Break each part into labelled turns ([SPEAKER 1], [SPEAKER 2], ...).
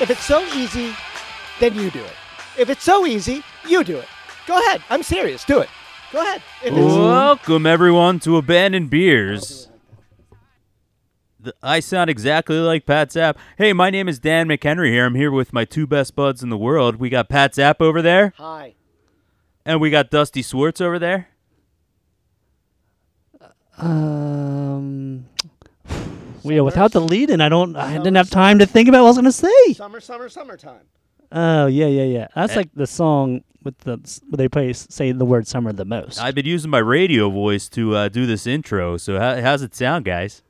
[SPEAKER 1] If it's so easy, then you do it. If it's so easy, you do it. Go ahead. I'm serious. Do it. Go ahead. If it's,
[SPEAKER 2] Welcome everyone to Abandoned Beers. The, I sound exactly like Pat Zapp. Hey, my name is Dan McHenry here. I'm here with my two best buds in the world. We got Pat Zapp over there,
[SPEAKER 1] hi.
[SPEAKER 2] and we got Dusty Swartz over there.
[SPEAKER 3] Um, well, yeah, without the lead in, I don't. I didn't have time to think about what I was gonna say.
[SPEAKER 1] Summer, summer, summertime.
[SPEAKER 3] Oh yeah, yeah, yeah.
[SPEAKER 2] Eh.
[SPEAKER 3] That's like the song with the where they play say the word summer the most.
[SPEAKER 2] I've been using my radio voice to uh, do this intro. So how, how's it sound, guys?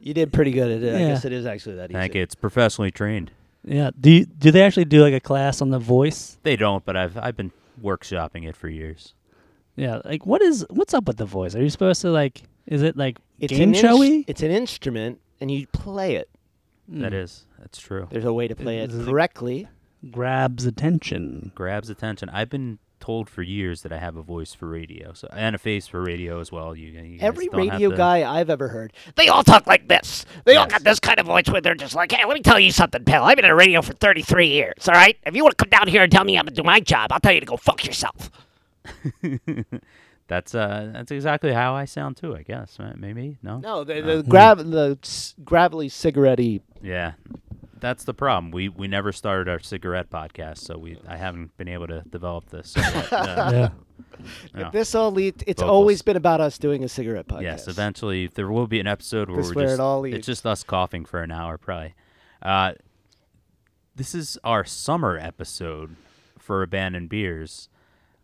[SPEAKER 1] You did pretty good at it. I
[SPEAKER 3] Yeah.
[SPEAKER 1] guess it is actually that easy.
[SPEAKER 2] Thank you. It's professionally trained.
[SPEAKER 3] yeah. Do you, do they actually do like a class on the voice?
[SPEAKER 2] They don't, but I've I've been workshopping it for years.
[SPEAKER 3] Yeah. Like what is what's up with the voice? Are you supposed to like? Is it like
[SPEAKER 1] It's
[SPEAKER 3] game
[SPEAKER 1] an ins-
[SPEAKER 3] showy?
[SPEAKER 1] It's an instrument, and you play it.
[SPEAKER 2] That
[SPEAKER 1] Hmm.
[SPEAKER 2] is, that's true.
[SPEAKER 1] There's a way to play it
[SPEAKER 3] This is a-
[SPEAKER 1] correctly.
[SPEAKER 3] Grabs attention.
[SPEAKER 2] grabs attention. I've been told for years that I have a voice for radio, so and a face for radio as well. You, you guys
[SPEAKER 1] Every
[SPEAKER 2] don't have
[SPEAKER 1] radio
[SPEAKER 2] to-
[SPEAKER 1] guy I've ever heard.
[SPEAKER 4] They all talk like this. They all
[SPEAKER 2] Yes.
[SPEAKER 4] got this kind of voice where they're just like, hey, let me tell you something, pal. I've been in radio for 33 years, all right? If you want to come down here and tell me I'm going to do my job, I'll tell you to go fuck yourself.
[SPEAKER 2] That's uh, that's exactly how I sound too. I guess right? maybe no?
[SPEAKER 1] No, the,
[SPEAKER 3] Uh-huh.
[SPEAKER 1] the grav the s- gravelly cigarette
[SPEAKER 2] Yeah, that's the problem. We we never started our cigarette podcast, so we I haven't been able to develop this. So, uh,
[SPEAKER 3] Yeah.
[SPEAKER 2] Yeah.
[SPEAKER 1] If this all leads, it's
[SPEAKER 2] Vocals.
[SPEAKER 1] always been about us doing a cigarette podcast.
[SPEAKER 2] Yes, eventually there will be an episode where
[SPEAKER 1] This
[SPEAKER 2] we're
[SPEAKER 1] where it
[SPEAKER 2] just
[SPEAKER 1] all leads.
[SPEAKER 2] it's just us coughing for an hour probably. Uh, this is our summer episode for Abandoned Beers.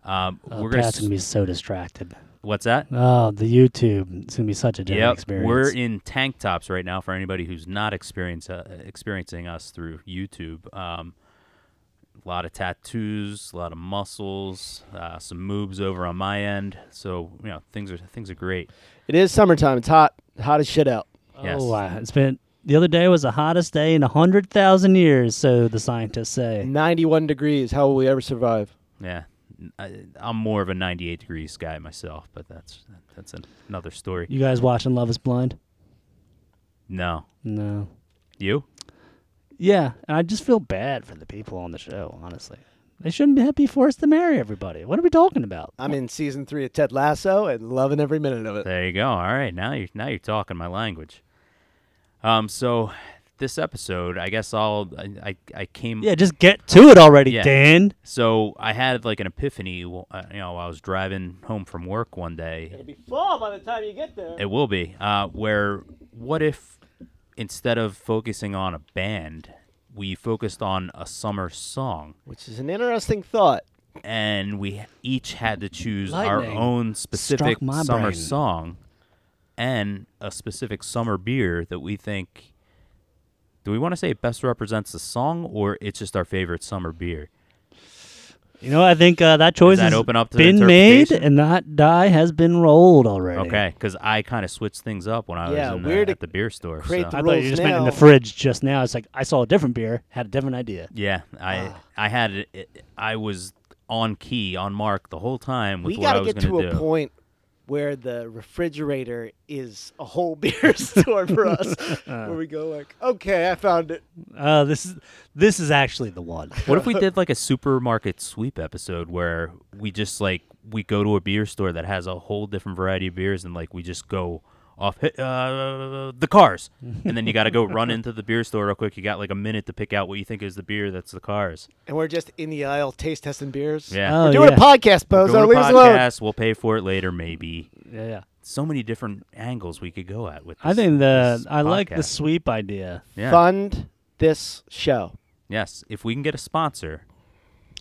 [SPEAKER 2] Um,
[SPEAKER 3] Oh,
[SPEAKER 2] we're gonna
[SPEAKER 3] Pat's
[SPEAKER 2] s-
[SPEAKER 3] gonna be so distracted.
[SPEAKER 2] what's that?
[SPEAKER 3] Oh, the YouTube. It's gonna be such a different
[SPEAKER 2] Yep,
[SPEAKER 3] experience.
[SPEAKER 2] we're in tank tops right now for anybody who's not experience, uh, experiencing us through YouTube. Um, a lot of tattoos, a lot of muscles, uh, some moves over on my end. So you know things are things are great.
[SPEAKER 1] It is summertime. It's hot, hot as shit out.
[SPEAKER 2] Yes.
[SPEAKER 3] Oh, wow. It's been the other day was the hottest day in a hundred thousand years, so the scientists
[SPEAKER 1] Mm.
[SPEAKER 3] say.
[SPEAKER 1] Ninety-one degrees. How will we ever survive?
[SPEAKER 2] Yeah, N- I, am more of a 98 degrees guy myself, but that's that's an, another story.
[SPEAKER 3] You guys watching Love Is Blind?
[SPEAKER 2] No,
[SPEAKER 3] No.
[SPEAKER 2] you?
[SPEAKER 3] Yeah, and I just feel bad for the people on the show. Honestly, they shouldn't be- be forced to marry everybody. What are we talking about?
[SPEAKER 1] I'm in season three of Ted Lasso and loving every minute of it.
[SPEAKER 2] There you go. All right, now you're now you're talking my language. Um, so this episode, I guess I'll I I, I came
[SPEAKER 3] Yeah, just get to it already,
[SPEAKER 2] Yeah.
[SPEAKER 3] Dan.
[SPEAKER 2] So I had like an epiphany. w- uh, You know, I was driving home from work one day.
[SPEAKER 1] Be fall by the time you get there.
[SPEAKER 2] It will be uh, where what if instead of focusing on a band, we focused on a summer song,
[SPEAKER 1] Which is an interesting thought.
[SPEAKER 2] and we each had to choose
[SPEAKER 3] Lightning
[SPEAKER 2] our own specific
[SPEAKER 3] struck my
[SPEAKER 2] summer
[SPEAKER 3] brain.
[SPEAKER 2] song and a specific summer beer that we think. Do we want to say it best represents the song, or it's just our favorite summer beer?
[SPEAKER 3] You know, I think uh, that choice
[SPEAKER 2] that
[SPEAKER 3] has
[SPEAKER 2] open up to
[SPEAKER 3] been made,
[SPEAKER 2] interpretation?
[SPEAKER 3] and that die has been rolled already.
[SPEAKER 2] Okay, because I kind of switched things up when I
[SPEAKER 1] Yeah,
[SPEAKER 2] was in the,
[SPEAKER 1] weird to
[SPEAKER 2] at the beer store.
[SPEAKER 1] create
[SPEAKER 2] so-
[SPEAKER 1] the
[SPEAKER 3] I thought
[SPEAKER 1] Rules
[SPEAKER 3] you just meant in the
[SPEAKER 1] now.
[SPEAKER 3] fridge just now. It's like I saw a different beer, had a different idea.
[SPEAKER 2] yeah, I
[SPEAKER 1] uh,
[SPEAKER 2] I had it, it- I was on key on mark the whole time with
[SPEAKER 1] we
[SPEAKER 2] what I
[SPEAKER 1] gotta
[SPEAKER 2] was
[SPEAKER 1] get to
[SPEAKER 2] going
[SPEAKER 1] a
[SPEAKER 2] do.
[SPEAKER 1] point where the refrigerator is a whole beer store for us.
[SPEAKER 2] Uh.
[SPEAKER 1] where we go like, okay, I found it.
[SPEAKER 3] Uh, this is this is actually the one.
[SPEAKER 2] What if we did like a supermarket sweep episode where we just like we go to a beer store that has a whole different variety of beers and like we just go off "Hey, uh, the cars and then you got to go run into the beer store real quick. You got like a minute to pick out what you think is the beer that's the cars.
[SPEAKER 1] And we're just in the aisle taste testing beers.
[SPEAKER 2] Yeah.
[SPEAKER 3] Oh,
[SPEAKER 1] We're doing
[SPEAKER 3] yeah.
[SPEAKER 1] a podcast, Bozo.
[SPEAKER 2] Go to
[SPEAKER 1] Leave us alone.
[SPEAKER 2] podcast. We'll pay for it later, maybe.
[SPEAKER 3] yeah, yeah.
[SPEAKER 2] so many different angles we could go at with. This,
[SPEAKER 3] I think the
[SPEAKER 2] this
[SPEAKER 3] I like the
[SPEAKER 2] podcast.
[SPEAKER 3] sweep idea.
[SPEAKER 2] Yeah.
[SPEAKER 1] Fund this show.
[SPEAKER 2] Yes, if we can get a sponsor,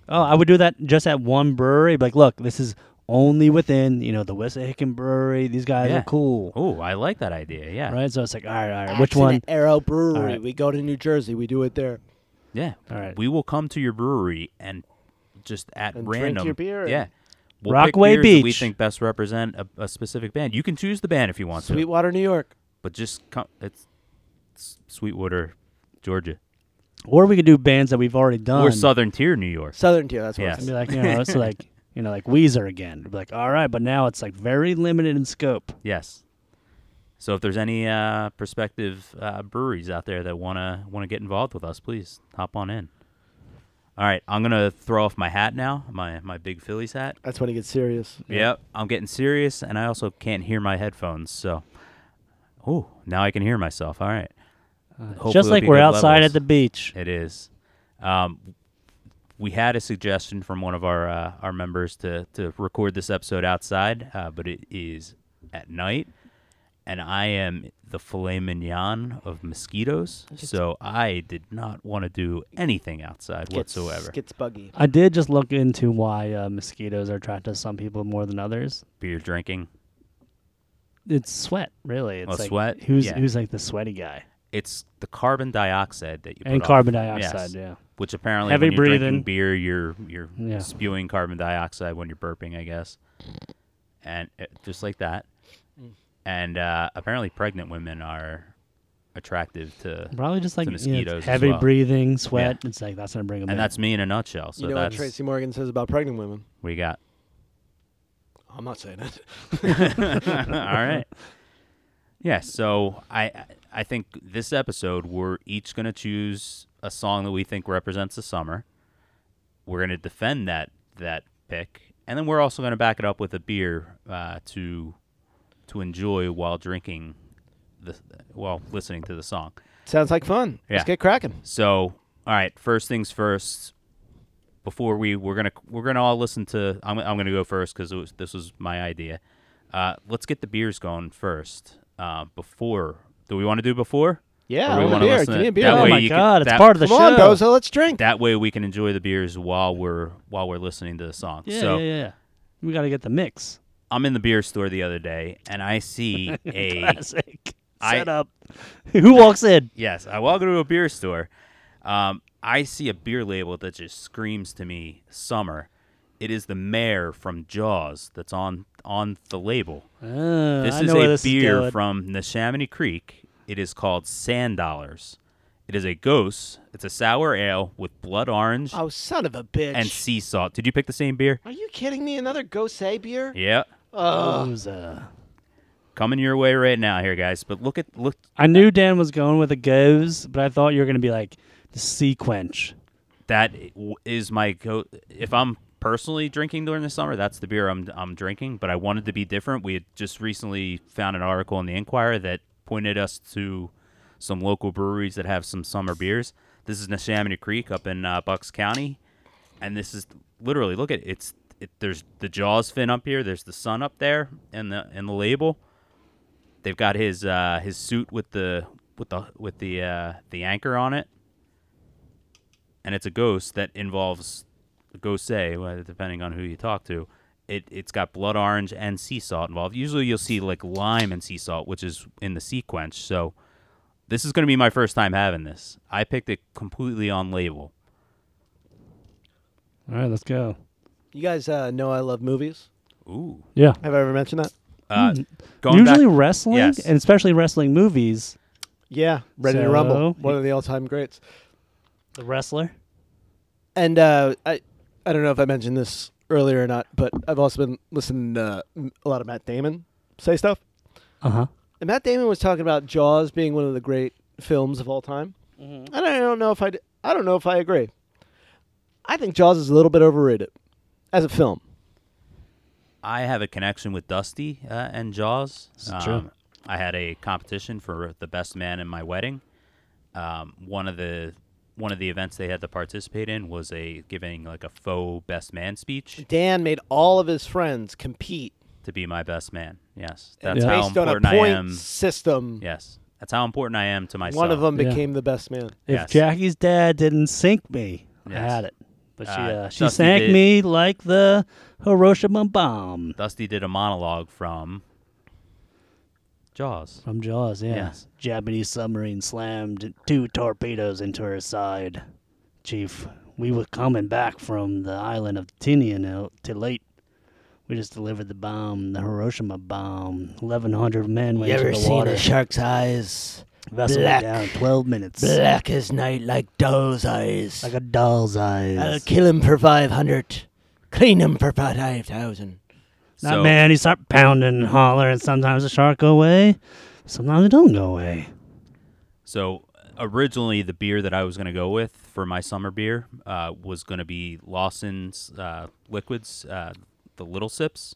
[SPEAKER 3] Oh, I would do that just at one brewery. Be Like, look, this is only within you know the Wissahickon Brewery. These guys
[SPEAKER 2] Yeah.
[SPEAKER 3] are cool,
[SPEAKER 2] oh, I like that idea. Yeah,
[SPEAKER 3] right? So it's like, all right, all right, which one?
[SPEAKER 1] Arrow Brewery.
[SPEAKER 3] All right.
[SPEAKER 1] We go to New Jersey. We do it there.
[SPEAKER 2] yeah.
[SPEAKER 3] All right.
[SPEAKER 2] we will come to your brewery and just at
[SPEAKER 1] And drink
[SPEAKER 2] random.
[SPEAKER 1] your beer
[SPEAKER 2] Yeah,
[SPEAKER 1] and-
[SPEAKER 2] we'll
[SPEAKER 3] Rockaway
[SPEAKER 2] pick beers that we
[SPEAKER 3] Beach.
[SPEAKER 2] think best represent a, a specific band. You can choose the band if you want to,
[SPEAKER 1] Sweetwater, New York.
[SPEAKER 2] but just come. It's, it's Sweetwater, Georgia,
[SPEAKER 3] Or we could do bands that we've already done.
[SPEAKER 2] or Southern Tier, New York.
[SPEAKER 1] Southern Tier. That's what
[SPEAKER 2] Yeah.
[SPEAKER 1] I'm
[SPEAKER 3] And be like, you know, it's like you know, like Weezer again. Be like, all right, but now it's like very limited in scope.
[SPEAKER 2] Yes. So if there's any uh, prospective uh, breweries out there that wanna wanna get involved with us, please hop on in. All right, I'm gonna throw off my hat now, my my big Phillies hat.
[SPEAKER 1] That's when it gets serious.
[SPEAKER 2] Yep, I'm getting serious, and I also can't hear my headphones. So, oh, now I can hear myself. All right, Hopefully
[SPEAKER 3] Uh, Just
[SPEAKER 2] it'll
[SPEAKER 3] like
[SPEAKER 2] be
[SPEAKER 3] we're
[SPEAKER 2] good
[SPEAKER 3] outside
[SPEAKER 2] levels.
[SPEAKER 3] at the beach.
[SPEAKER 2] It is. Um, we had a suggestion from one of our uh, our members to to record this episode outside, uh, but it is at night, and I am the filet mignon of mosquitoes, so I did not want to do anything outside
[SPEAKER 1] Gets-
[SPEAKER 2] whatsoever.
[SPEAKER 1] Gets buggy.
[SPEAKER 3] I did just look into why uh, mosquitoes are attracted to some people more than others.
[SPEAKER 2] Beer drinking.
[SPEAKER 3] It's sweat, really. It's
[SPEAKER 2] Well,
[SPEAKER 3] like
[SPEAKER 2] Oh, sweat,
[SPEAKER 3] Who's
[SPEAKER 2] yeah.
[SPEAKER 3] who's like the sweaty guy
[SPEAKER 2] It's the carbon dioxide that you
[SPEAKER 3] and
[SPEAKER 2] put off.
[SPEAKER 3] carbon
[SPEAKER 2] Yes.
[SPEAKER 3] dioxide. Yeah,
[SPEAKER 2] Which apparently,
[SPEAKER 3] Heavy
[SPEAKER 2] when you're
[SPEAKER 3] breathing.
[SPEAKER 2] drinking beer, you're you're
[SPEAKER 3] Yeah.
[SPEAKER 2] spewing carbon dioxide when you're burping, I guess, and uh, just like that. And uh, apparently, pregnant women are attractive to,
[SPEAKER 3] probably just like you know,
[SPEAKER 2] mosquitoes as
[SPEAKER 3] heavy
[SPEAKER 2] well.
[SPEAKER 3] breathing, sweat. It's like that's gonna bring them.
[SPEAKER 2] and
[SPEAKER 3] in.
[SPEAKER 2] that's me in a nutshell. So
[SPEAKER 1] you know what
[SPEAKER 2] that's
[SPEAKER 1] Tracy Morgan says about pregnant women?
[SPEAKER 2] we got.
[SPEAKER 1] I'm not saying it.
[SPEAKER 2] All right. Yeah. So I I think this episode we're each gonna choose a song that we think represents the summer. We're gonna defend that that pick, and then we're also gonna back it up with a beer uh, to to enjoy while drinking the while listening to the song.
[SPEAKER 1] Sounds like fun.
[SPEAKER 2] Yeah.
[SPEAKER 1] Let's get cracking.
[SPEAKER 2] So, all right, first things first. Before we we're gonna we're gonna all listen to I'm I'm gonna go first because was, this was my idea. Uh, let's get the beers going first. Uh, before do we want to do before?
[SPEAKER 1] Yeah,
[SPEAKER 2] Or we
[SPEAKER 1] I want a
[SPEAKER 2] wanna
[SPEAKER 1] beer.
[SPEAKER 2] listen
[SPEAKER 1] Give
[SPEAKER 2] to
[SPEAKER 1] me
[SPEAKER 2] it.
[SPEAKER 1] a beer.
[SPEAKER 2] That
[SPEAKER 3] oh
[SPEAKER 2] way
[SPEAKER 3] my
[SPEAKER 2] you can-
[SPEAKER 3] god, it's
[SPEAKER 2] that-
[SPEAKER 3] part of the
[SPEAKER 1] Come on,
[SPEAKER 3] show.
[SPEAKER 1] Bozo, let's drink.
[SPEAKER 2] That way we can enjoy the beers while we're while we're listening to the song.
[SPEAKER 3] Yeah,
[SPEAKER 2] so
[SPEAKER 3] yeah, yeah. We gotta get the mix.
[SPEAKER 2] I'm in the beer store the other day and I see a
[SPEAKER 3] Classic
[SPEAKER 2] I-
[SPEAKER 3] setup. Who walks in?
[SPEAKER 2] Yes, I walk into a beer store. Um, I see a beer label that just screams to me summer. It is the mayor from Jaws that's on on the label.
[SPEAKER 3] Uh,
[SPEAKER 2] This
[SPEAKER 3] I
[SPEAKER 2] is
[SPEAKER 3] know where
[SPEAKER 2] a
[SPEAKER 3] this
[SPEAKER 2] beer
[SPEAKER 3] going.
[SPEAKER 2] from Neshaminy Creek. It is called Sand Dollars. It is a ghost. It's a sour ale with blood orange
[SPEAKER 1] Oh, son of a bitch.
[SPEAKER 2] and sea salt. Did you pick the same beer?
[SPEAKER 1] Are you kidding me? Another Gose beer?
[SPEAKER 2] Yeah.
[SPEAKER 3] Bozo.
[SPEAKER 2] Coming your way right now here guys. But look at look
[SPEAKER 3] I knew Dan was going with the goes, but I thought you were gonna be like the sequench.
[SPEAKER 2] that w- is my go. If I'm personally drinking during the summer, that's the beer I'm I'm drinking. But I wanted to be different. We had just recently found an article in the Enquirer that pointed us to some local breweries that have some summer beers. This is Neshaminy Creek up in uh, Bucks County, and this is literally look at it's it, there's the Jaws fin up here, there's the sun up there, and the and the label. They've got his uh, his suit with the with the with the uh, the anchor on it and it's a ghost that involves ghost say well, depending on who you talk to it it's got blood orange and sea salt involved usually you'll see like lime and sea salt which is in the sequence so this is going to be my first time having this i picked it completely on label
[SPEAKER 3] All right, let's go.
[SPEAKER 1] You guys uh, know I love movies.
[SPEAKER 2] ooh
[SPEAKER 3] Yeah.
[SPEAKER 1] Have I ever mentioned that?
[SPEAKER 2] uh, going
[SPEAKER 3] Usually
[SPEAKER 2] back
[SPEAKER 3] wrestling,
[SPEAKER 2] Yes.
[SPEAKER 3] and especially wrestling movies.
[SPEAKER 1] Yeah, Ready to
[SPEAKER 3] So-
[SPEAKER 1] Rumble, one of the all-time greats.
[SPEAKER 3] The wrestler.
[SPEAKER 1] And uh, I, I don't know if I mentioned this earlier or not, but I've also been listening to uh, a lot of Matt Damon say stuff.
[SPEAKER 3] Uh
[SPEAKER 2] Uh-huh.
[SPEAKER 3] huh.
[SPEAKER 1] And Matt Damon was talking about Jaws being one of the great films of all time, and I don't know if I, d- I don't know if I agree. I think Jaws is a little bit overrated as a film.
[SPEAKER 2] i have a connection with dusty uh, and jaws Um,
[SPEAKER 3] is true.
[SPEAKER 2] i had a competition for the best man in my wedding um, one of the one of the events they had to participate in was a giving like a faux best man speech
[SPEAKER 1] Dan made all of his friends compete
[SPEAKER 2] to be my best man. Yes,
[SPEAKER 1] and
[SPEAKER 2] that's
[SPEAKER 3] Yeah.
[SPEAKER 2] how
[SPEAKER 1] based on a
[SPEAKER 2] important I
[SPEAKER 1] point
[SPEAKER 2] am.
[SPEAKER 1] system.
[SPEAKER 2] Yes, that's how important I am to myself.
[SPEAKER 1] One of them
[SPEAKER 3] Yeah.
[SPEAKER 1] became the best man.
[SPEAKER 3] If
[SPEAKER 2] Yes.
[SPEAKER 3] Jackie's dad didn't sink me, I
[SPEAKER 2] Yes.
[SPEAKER 3] had it. But she
[SPEAKER 2] Uh,
[SPEAKER 3] uh, she
[SPEAKER 2] Dusty
[SPEAKER 3] sank
[SPEAKER 2] did.
[SPEAKER 3] me like the Hiroshima bomb
[SPEAKER 2] Dusty did a monologue from Jaws.
[SPEAKER 3] from Jaws. Yeah.
[SPEAKER 2] Yes.
[SPEAKER 3] Japanese submarine slammed two torpedoes into her side. Chief, we were coming back from the island of Tinian out to late. We just delivered the bomb, the Hiroshima bomb. Eleven hundred men went into the water.
[SPEAKER 4] shark's eyes?
[SPEAKER 3] Vessel went
[SPEAKER 4] black-
[SPEAKER 3] down in twelve minutes.
[SPEAKER 4] Black as night, like doll's eyes.
[SPEAKER 3] Like a doll's eyes.
[SPEAKER 4] kill him for 500. Clean him for 5,000.
[SPEAKER 3] That
[SPEAKER 2] So-
[SPEAKER 3] man, he start pounding and hollering. Sometimes the shark go away. Sometimes it don't go away.
[SPEAKER 2] So originally, the beer that I was going to go with for my summer beer uh, was going to be Lawson's uh, Liquids, uh, the Little Sips.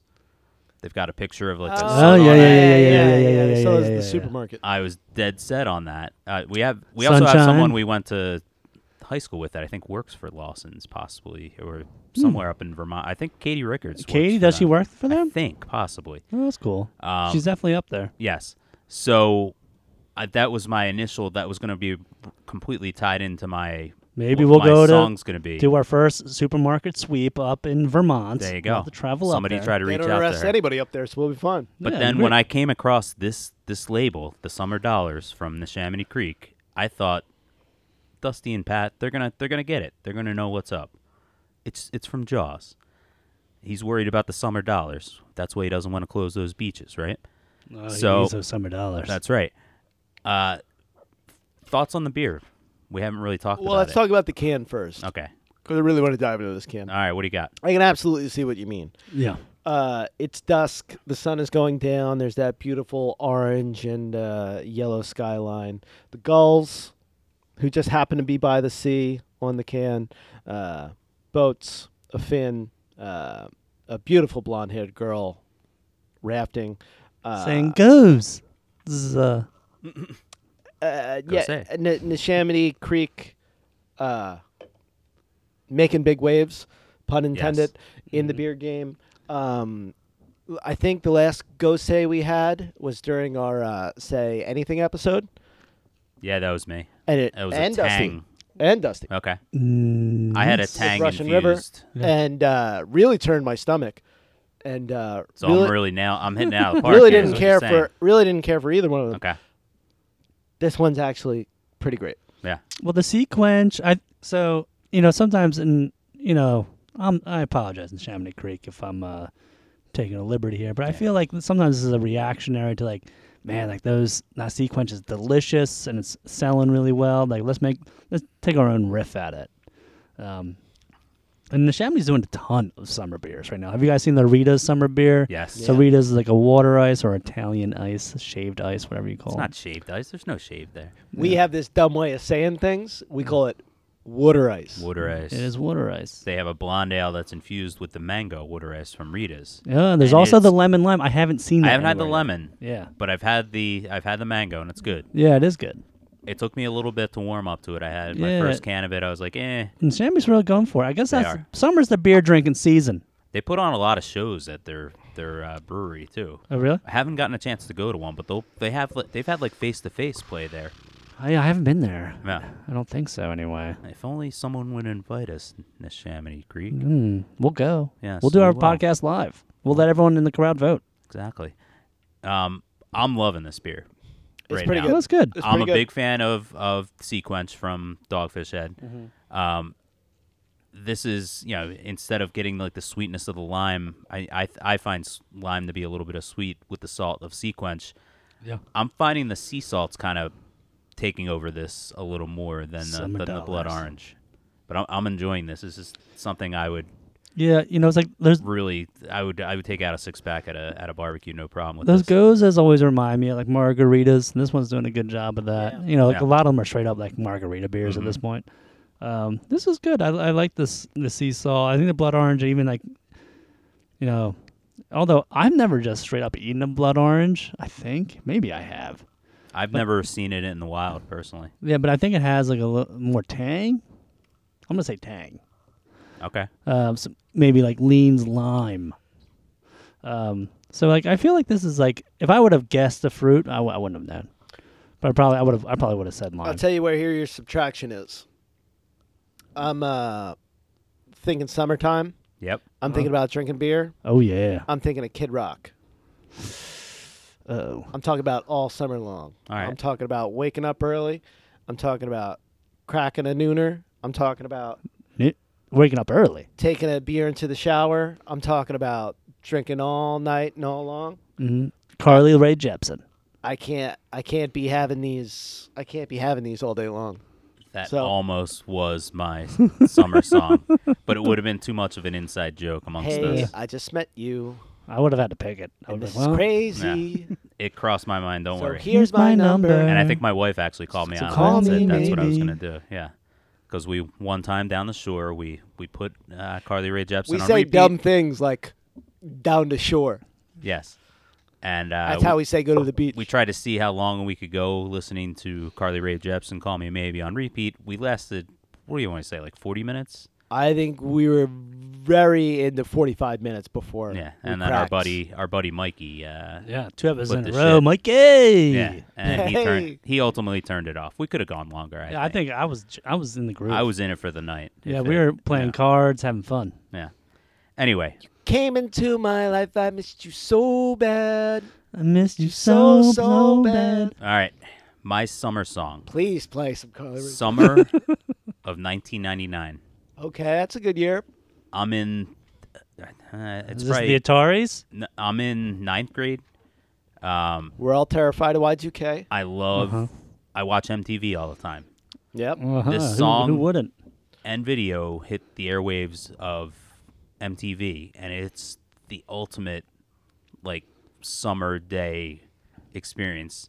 [SPEAKER 2] They've got a picture of like. the
[SPEAKER 1] Oh,
[SPEAKER 2] sun
[SPEAKER 3] yeah,
[SPEAKER 2] on
[SPEAKER 3] yeah,
[SPEAKER 2] it.
[SPEAKER 3] yeah, yeah, yeah, yeah, yeah,
[SPEAKER 1] They sell
[SPEAKER 3] yeah,
[SPEAKER 1] us at
[SPEAKER 3] yeah,
[SPEAKER 1] the
[SPEAKER 3] yeah.
[SPEAKER 1] supermarket.
[SPEAKER 2] I was dead set on that. Uh, we have we also have
[SPEAKER 3] Sunshine.
[SPEAKER 2] someone we went to high school with that I think works for Lawson's possibly or somewhere up in Vermont. I think Katie Rickards. works
[SPEAKER 3] Hmm. Katie,
[SPEAKER 2] for
[SPEAKER 3] does she
[SPEAKER 2] them.
[SPEAKER 3] work for
[SPEAKER 2] I
[SPEAKER 3] them?
[SPEAKER 2] think possibly.
[SPEAKER 3] Oh, that's cool.
[SPEAKER 2] Um,
[SPEAKER 3] She's definitely up there.
[SPEAKER 2] Yes. So I, that was my initial. That was going to be completely tied into my.
[SPEAKER 3] Maybe
[SPEAKER 2] what
[SPEAKER 3] we'll
[SPEAKER 2] my
[SPEAKER 3] go to-
[SPEAKER 2] song's going to be.
[SPEAKER 3] Do our first supermarket sweep up in Vermont.
[SPEAKER 2] there you
[SPEAKER 3] We'll
[SPEAKER 2] go.
[SPEAKER 3] have to travel
[SPEAKER 2] Somebody
[SPEAKER 3] up there.
[SPEAKER 2] try to
[SPEAKER 1] They
[SPEAKER 2] reach
[SPEAKER 1] don't
[SPEAKER 2] out to
[SPEAKER 1] arrest
[SPEAKER 2] her.
[SPEAKER 1] anybody up there, so we'll be fine.
[SPEAKER 2] But
[SPEAKER 3] Yeah,
[SPEAKER 2] then when
[SPEAKER 3] great.
[SPEAKER 2] I came across this this label, the Summer Dollars from the Chamonix Creek, I thought Dusty and Pat, they're gonna they're gonna get it. They're gonna know what's up. It's it's from Jaws. He's worried about the summer dollars. That's why he doesn't want to close those beaches, right?
[SPEAKER 3] Oh, he
[SPEAKER 2] So-
[SPEAKER 3] needs those summer dollars.
[SPEAKER 2] That's right. Uh, thoughts on the beer? We haven't really talked
[SPEAKER 1] Well,
[SPEAKER 2] about
[SPEAKER 1] let's
[SPEAKER 2] it.
[SPEAKER 1] talk about the can first, because
[SPEAKER 2] okay.
[SPEAKER 1] I really want to dive into this can.
[SPEAKER 2] All right. What do you got?
[SPEAKER 1] I can absolutely see what you mean.
[SPEAKER 3] yeah.
[SPEAKER 1] Uh, it's dusk. The sun is going down. There's that beautiful orange and uh, yellow skyline. The gulls, who just happen to be by the sea on the can, uh, boats, a fin, uh, a beautiful blonde-haired girl, rafting. Uh,
[SPEAKER 3] Saying goes. This is, uh,
[SPEAKER 1] uh,
[SPEAKER 2] Go
[SPEAKER 1] yeah,
[SPEAKER 2] say.
[SPEAKER 1] N- Neshaminy Creek, uh, making big waves, pun intended, in the
[SPEAKER 2] Mm-hmm.
[SPEAKER 1] beer game. Um, l- I think the last go say we had was during our uh, say anything episode,
[SPEAKER 2] Yeah, that was me.
[SPEAKER 1] and it,
[SPEAKER 2] That was
[SPEAKER 1] and
[SPEAKER 2] a
[SPEAKER 1] Dusty
[SPEAKER 2] tang.
[SPEAKER 1] and Dusty
[SPEAKER 2] Okay.
[SPEAKER 3] mm,
[SPEAKER 2] I had a
[SPEAKER 3] it's-
[SPEAKER 2] tang
[SPEAKER 1] Russian River.
[SPEAKER 2] infused.
[SPEAKER 3] Yeah.
[SPEAKER 1] and uh, really turned my stomach, and uh,
[SPEAKER 2] So
[SPEAKER 1] really,
[SPEAKER 2] I'm really now I'm hitting it out of the park.
[SPEAKER 1] really
[SPEAKER 2] here, is
[SPEAKER 1] didn't
[SPEAKER 2] what
[SPEAKER 1] care
[SPEAKER 2] you're saying.
[SPEAKER 1] for really didn't care for either one of them.
[SPEAKER 2] Okay.
[SPEAKER 1] This one's actually pretty great.
[SPEAKER 2] Yeah.
[SPEAKER 3] Well, the sequence, I so you know sometimes in you know I'm I apologize in Chamonix Creek if I'm uh, taking a liberty here, but I feel like sometimes this is a reactionary to like man like those that sequence is delicious and it's selling really well. Like let's make let's take our own riff at it. Um, and the Chamonix's doing a ton of summer beers right now. Have you guys seen the Rita's summer beer?
[SPEAKER 2] Yes.
[SPEAKER 1] Yeah.
[SPEAKER 3] So Rita's is like a water ice or Italian ice, shaved ice, whatever you call
[SPEAKER 2] It's
[SPEAKER 3] it.
[SPEAKER 2] not shaved ice. There's no shave there.
[SPEAKER 1] We have this dumb way of saying things. We call it water ice.
[SPEAKER 2] Water ice.
[SPEAKER 3] It is water ice.
[SPEAKER 2] They have a blonde ale that's infused with the mango water ice from Rita's.
[SPEAKER 3] Yeah, there's
[SPEAKER 2] And
[SPEAKER 3] also the
[SPEAKER 2] it's-
[SPEAKER 3] lemon lime. I haven't seen that.
[SPEAKER 2] I haven't had the
[SPEAKER 3] anywhere yet.
[SPEAKER 2] lemon,
[SPEAKER 3] Yeah.
[SPEAKER 2] but I've had the I've had the mango and it's good.
[SPEAKER 3] Yeah, it is good.
[SPEAKER 2] It took me a little bit to warm up to it. I had my
[SPEAKER 3] Yeah.
[SPEAKER 2] first can of it. I was like, eh.
[SPEAKER 3] And Sammy's really going for it. I guess
[SPEAKER 2] They
[SPEAKER 3] that's
[SPEAKER 2] are.
[SPEAKER 3] summer's the beer drinking season.
[SPEAKER 2] They put on a lot of shows at their their uh, brewery too.
[SPEAKER 3] Oh, really?
[SPEAKER 2] I haven't gotten a chance to go to one, but they they have li- they've had like face to face play there.
[SPEAKER 3] I, I haven't been there.
[SPEAKER 2] Yeah.
[SPEAKER 3] I don't think so, anyway.
[SPEAKER 2] If only someone would invite us, Miss Chamonix Creek.
[SPEAKER 3] Mm, we'll go.
[SPEAKER 2] Yes,
[SPEAKER 3] we'll do
[SPEAKER 2] we
[SPEAKER 3] our
[SPEAKER 2] will.
[SPEAKER 3] podcast live. We'll let everyone in the crowd vote.
[SPEAKER 2] Exactly. Um, I'm loving this beer.
[SPEAKER 1] It's
[SPEAKER 2] right
[SPEAKER 1] pretty good.
[SPEAKER 2] now.
[SPEAKER 3] Well, that's good.
[SPEAKER 1] It's
[SPEAKER 2] I'm a
[SPEAKER 1] pretty good.
[SPEAKER 2] big fan of of Sequence from Dogfish Head.
[SPEAKER 1] Mm-hmm.
[SPEAKER 2] Um, this is you know instead of getting like the sweetness of the lime, I I, I find s- lime to be a little bit of sweet with the salt of Sequence.
[SPEAKER 3] Yeah.
[SPEAKER 2] I'm finding the sea salts kind of taking over this a little more than the,
[SPEAKER 3] Summer
[SPEAKER 2] than the blood
[SPEAKER 3] dollars.
[SPEAKER 2] orange. But I'm, I'm enjoying this. This is something I would
[SPEAKER 3] Yeah, you know, it's like there's
[SPEAKER 2] really I would I would take out a six pack at a at a barbecue, no problem with
[SPEAKER 3] those
[SPEAKER 2] this.
[SPEAKER 3] goes as always remind me of like margaritas, and this one's doing a good job of that. You know, like
[SPEAKER 2] Yeah.
[SPEAKER 3] a lot of them are straight up like margarita beers at this point. Um, this is good. I, I like this the seesaw. I think the blood orange even like, you know, although I've never just straight up eaten a blood orange. I think maybe I have.
[SPEAKER 2] I've never seen it in the wild personally.
[SPEAKER 3] Yeah, but I think it has like a little more tang. I'm gonna say tang.
[SPEAKER 2] Okay.
[SPEAKER 3] um, so maybe like leans lime. Um, so like I feel like this is like if I would have guessed the fruit, I w- I wouldn't have known. But I probably I would have I probably would have said
[SPEAKER 1] I'll
[SPEAKER 3] lime.
[SPEAKER 1] tell you where here your subtraction is. I'm uh, thinking summertime.
[SPEAKER 2] Yep.
[SPEAKER 1] I'm thinking about drinking beer.
[SPEAKER 3] oh yeah.
[SPEAKER 1] I'm thinking of Kid Rock.
[SPEAKER 3] Oh.
[SPEAKER 1] I'm talking about all summer long.
[SPEAKER 2] All right.
[SPEAKER 1] I'm talking about waking up early. I'm talking about cracking a nooner. I'm talking about
[SPEAKER 3] Ni- Waking up early.
[SPEAKER 1] taking a beer into the shower. I'm talking about drinking all night and all long.
[SPEAKER 3] hmm Carly Ray Jepsen.
[SPEAKER 1] I can't. I can't be having these. I can't be having these all day long.
[SPEAKER 2] That
[SPEAKER 1] So-
[SPEAKER 2] almost was my summer song, but it would have been too much of an inside joke amongst
[SPEAKER 1] Hey,
[SPEAKER 2] us.
[SPEAKER 1] I just met you.
[SPEAKER 3] I would have had to pick it. I
[SPEAKER 1] And
[SPEAKER 3] would
[SPEAKER 1] this
[SPEAKER 3] have like, well,
[SPEAKER 1] is crazy.
[SPEAKER 2] It crossed my mind. Don't
[SPEAKER 1] so
[SPEAKER 2] worry.
[SPEAKER 1] here's
[SPEAKER 3] My
[SPEAKER 1] my number.
[SPEAKER 3] number.
[SPEAKER 2] and I think my wife actually called me
[SPEAKER 1] So
[SPEAKER 2] out
[SPEAKER 1] call
[SPEAKER 2] on that.
[SPEAKER 1] me
[SPEAKER 2] and said that's what I was
[SPEAKER 1] maybe.
[SPEAKER 2] gonna do. Yeah, because we one time down the shore we we put uh, Carly Rae Jepsen
[SPEAKER 1] we
[SPEAKER 2] on
[SPEAKER 1] say
[SPEAKER 2] repeat.
[SPEAKER 1] dumb things like down to shore.
[SPEAKER 2] Yes, and uh,
[SPEAKER 1] That's
[SPEAKER 2] we,
[SPEAKER 1] how we say go to the beach.
[SPEAKER 2] we tried to see how long we could go listening to Carly Rae Jepsen "Call Me Maybe" on repeat. We lasted. What do you want to say? Like forty minutes?
[SPEAKER 1] I think we were very into 45 minutes before.
[SPEAKER 2] Yeah,
[SPEAKER 1] we
[SPEAKER 2] and then our
[SPEAKER 1] cracked.
[SPEAKER 2] buddy, our buddy Mikey, uh,
[SPEAKER 3] yeah, two episodes
[SPEAKER 2] What
[SPEAKER 3] in a
[SPEAKER 2] the
[SPEAKER 3] row,
[SPEAKER 2] shit?
[SPEAKER 3] Mikey.
[SPEAKER 2] Yeah, and he
[SPEAKER 1] Hey.
[SPEAKER 2] turned. He ultimately turned it off. We could have gone longer. I
[SPEAKER 3] Yeah, I think I was j- I was in the group.
[SPEAKER 2] I was in it for the night.
[SPEAKER 3] Yeah,
[SPEAKER 2] if
[SPEAKER 3] we
[SPEAKER 2] it-
[SPEAKER 3] were playing
[SPEAKER 2] yeah,
[SPEAKER 3] cards, having fun.
[SPEAKER 2] yeah. Anyway,
[SPEAKER 1] Came into my life, I missed you so bad.
[SPEAKER 3] I missed you
[SPEAKER 1] So, so, bad.
[SPEAKER 2] all right. My summer song,
[SPEAKER 1] Please play some color.
[SPEAKER 2] summer of 1999.
[SPEAKER 1] Okay, that's a good year.
[SPEAKER 2] I'm in. Uh, it's
[SPEAKER 3] Is this
[SPEAKER 2] probably.
[SPEAKER 3] the Ataris?
[SPEAKER 2] n- I'm in ninth grade. Um,
[SPEAKER 1] We're all terrified of Y2K.
[SPEAKER 2] I love. I watch MTV all the time.
[SPEAKER 1] Yep.
[SPEAKER 3] Uh-huh.
[SPEAKER 2] This
[SPEAKER 3] who- Who,
[SPEAKER 2] song-
[SPEAKER 3] wouldn't?
[SPEAKER 2] and video hit the airwaves of MTV, and it's the ultimate like summer day experience.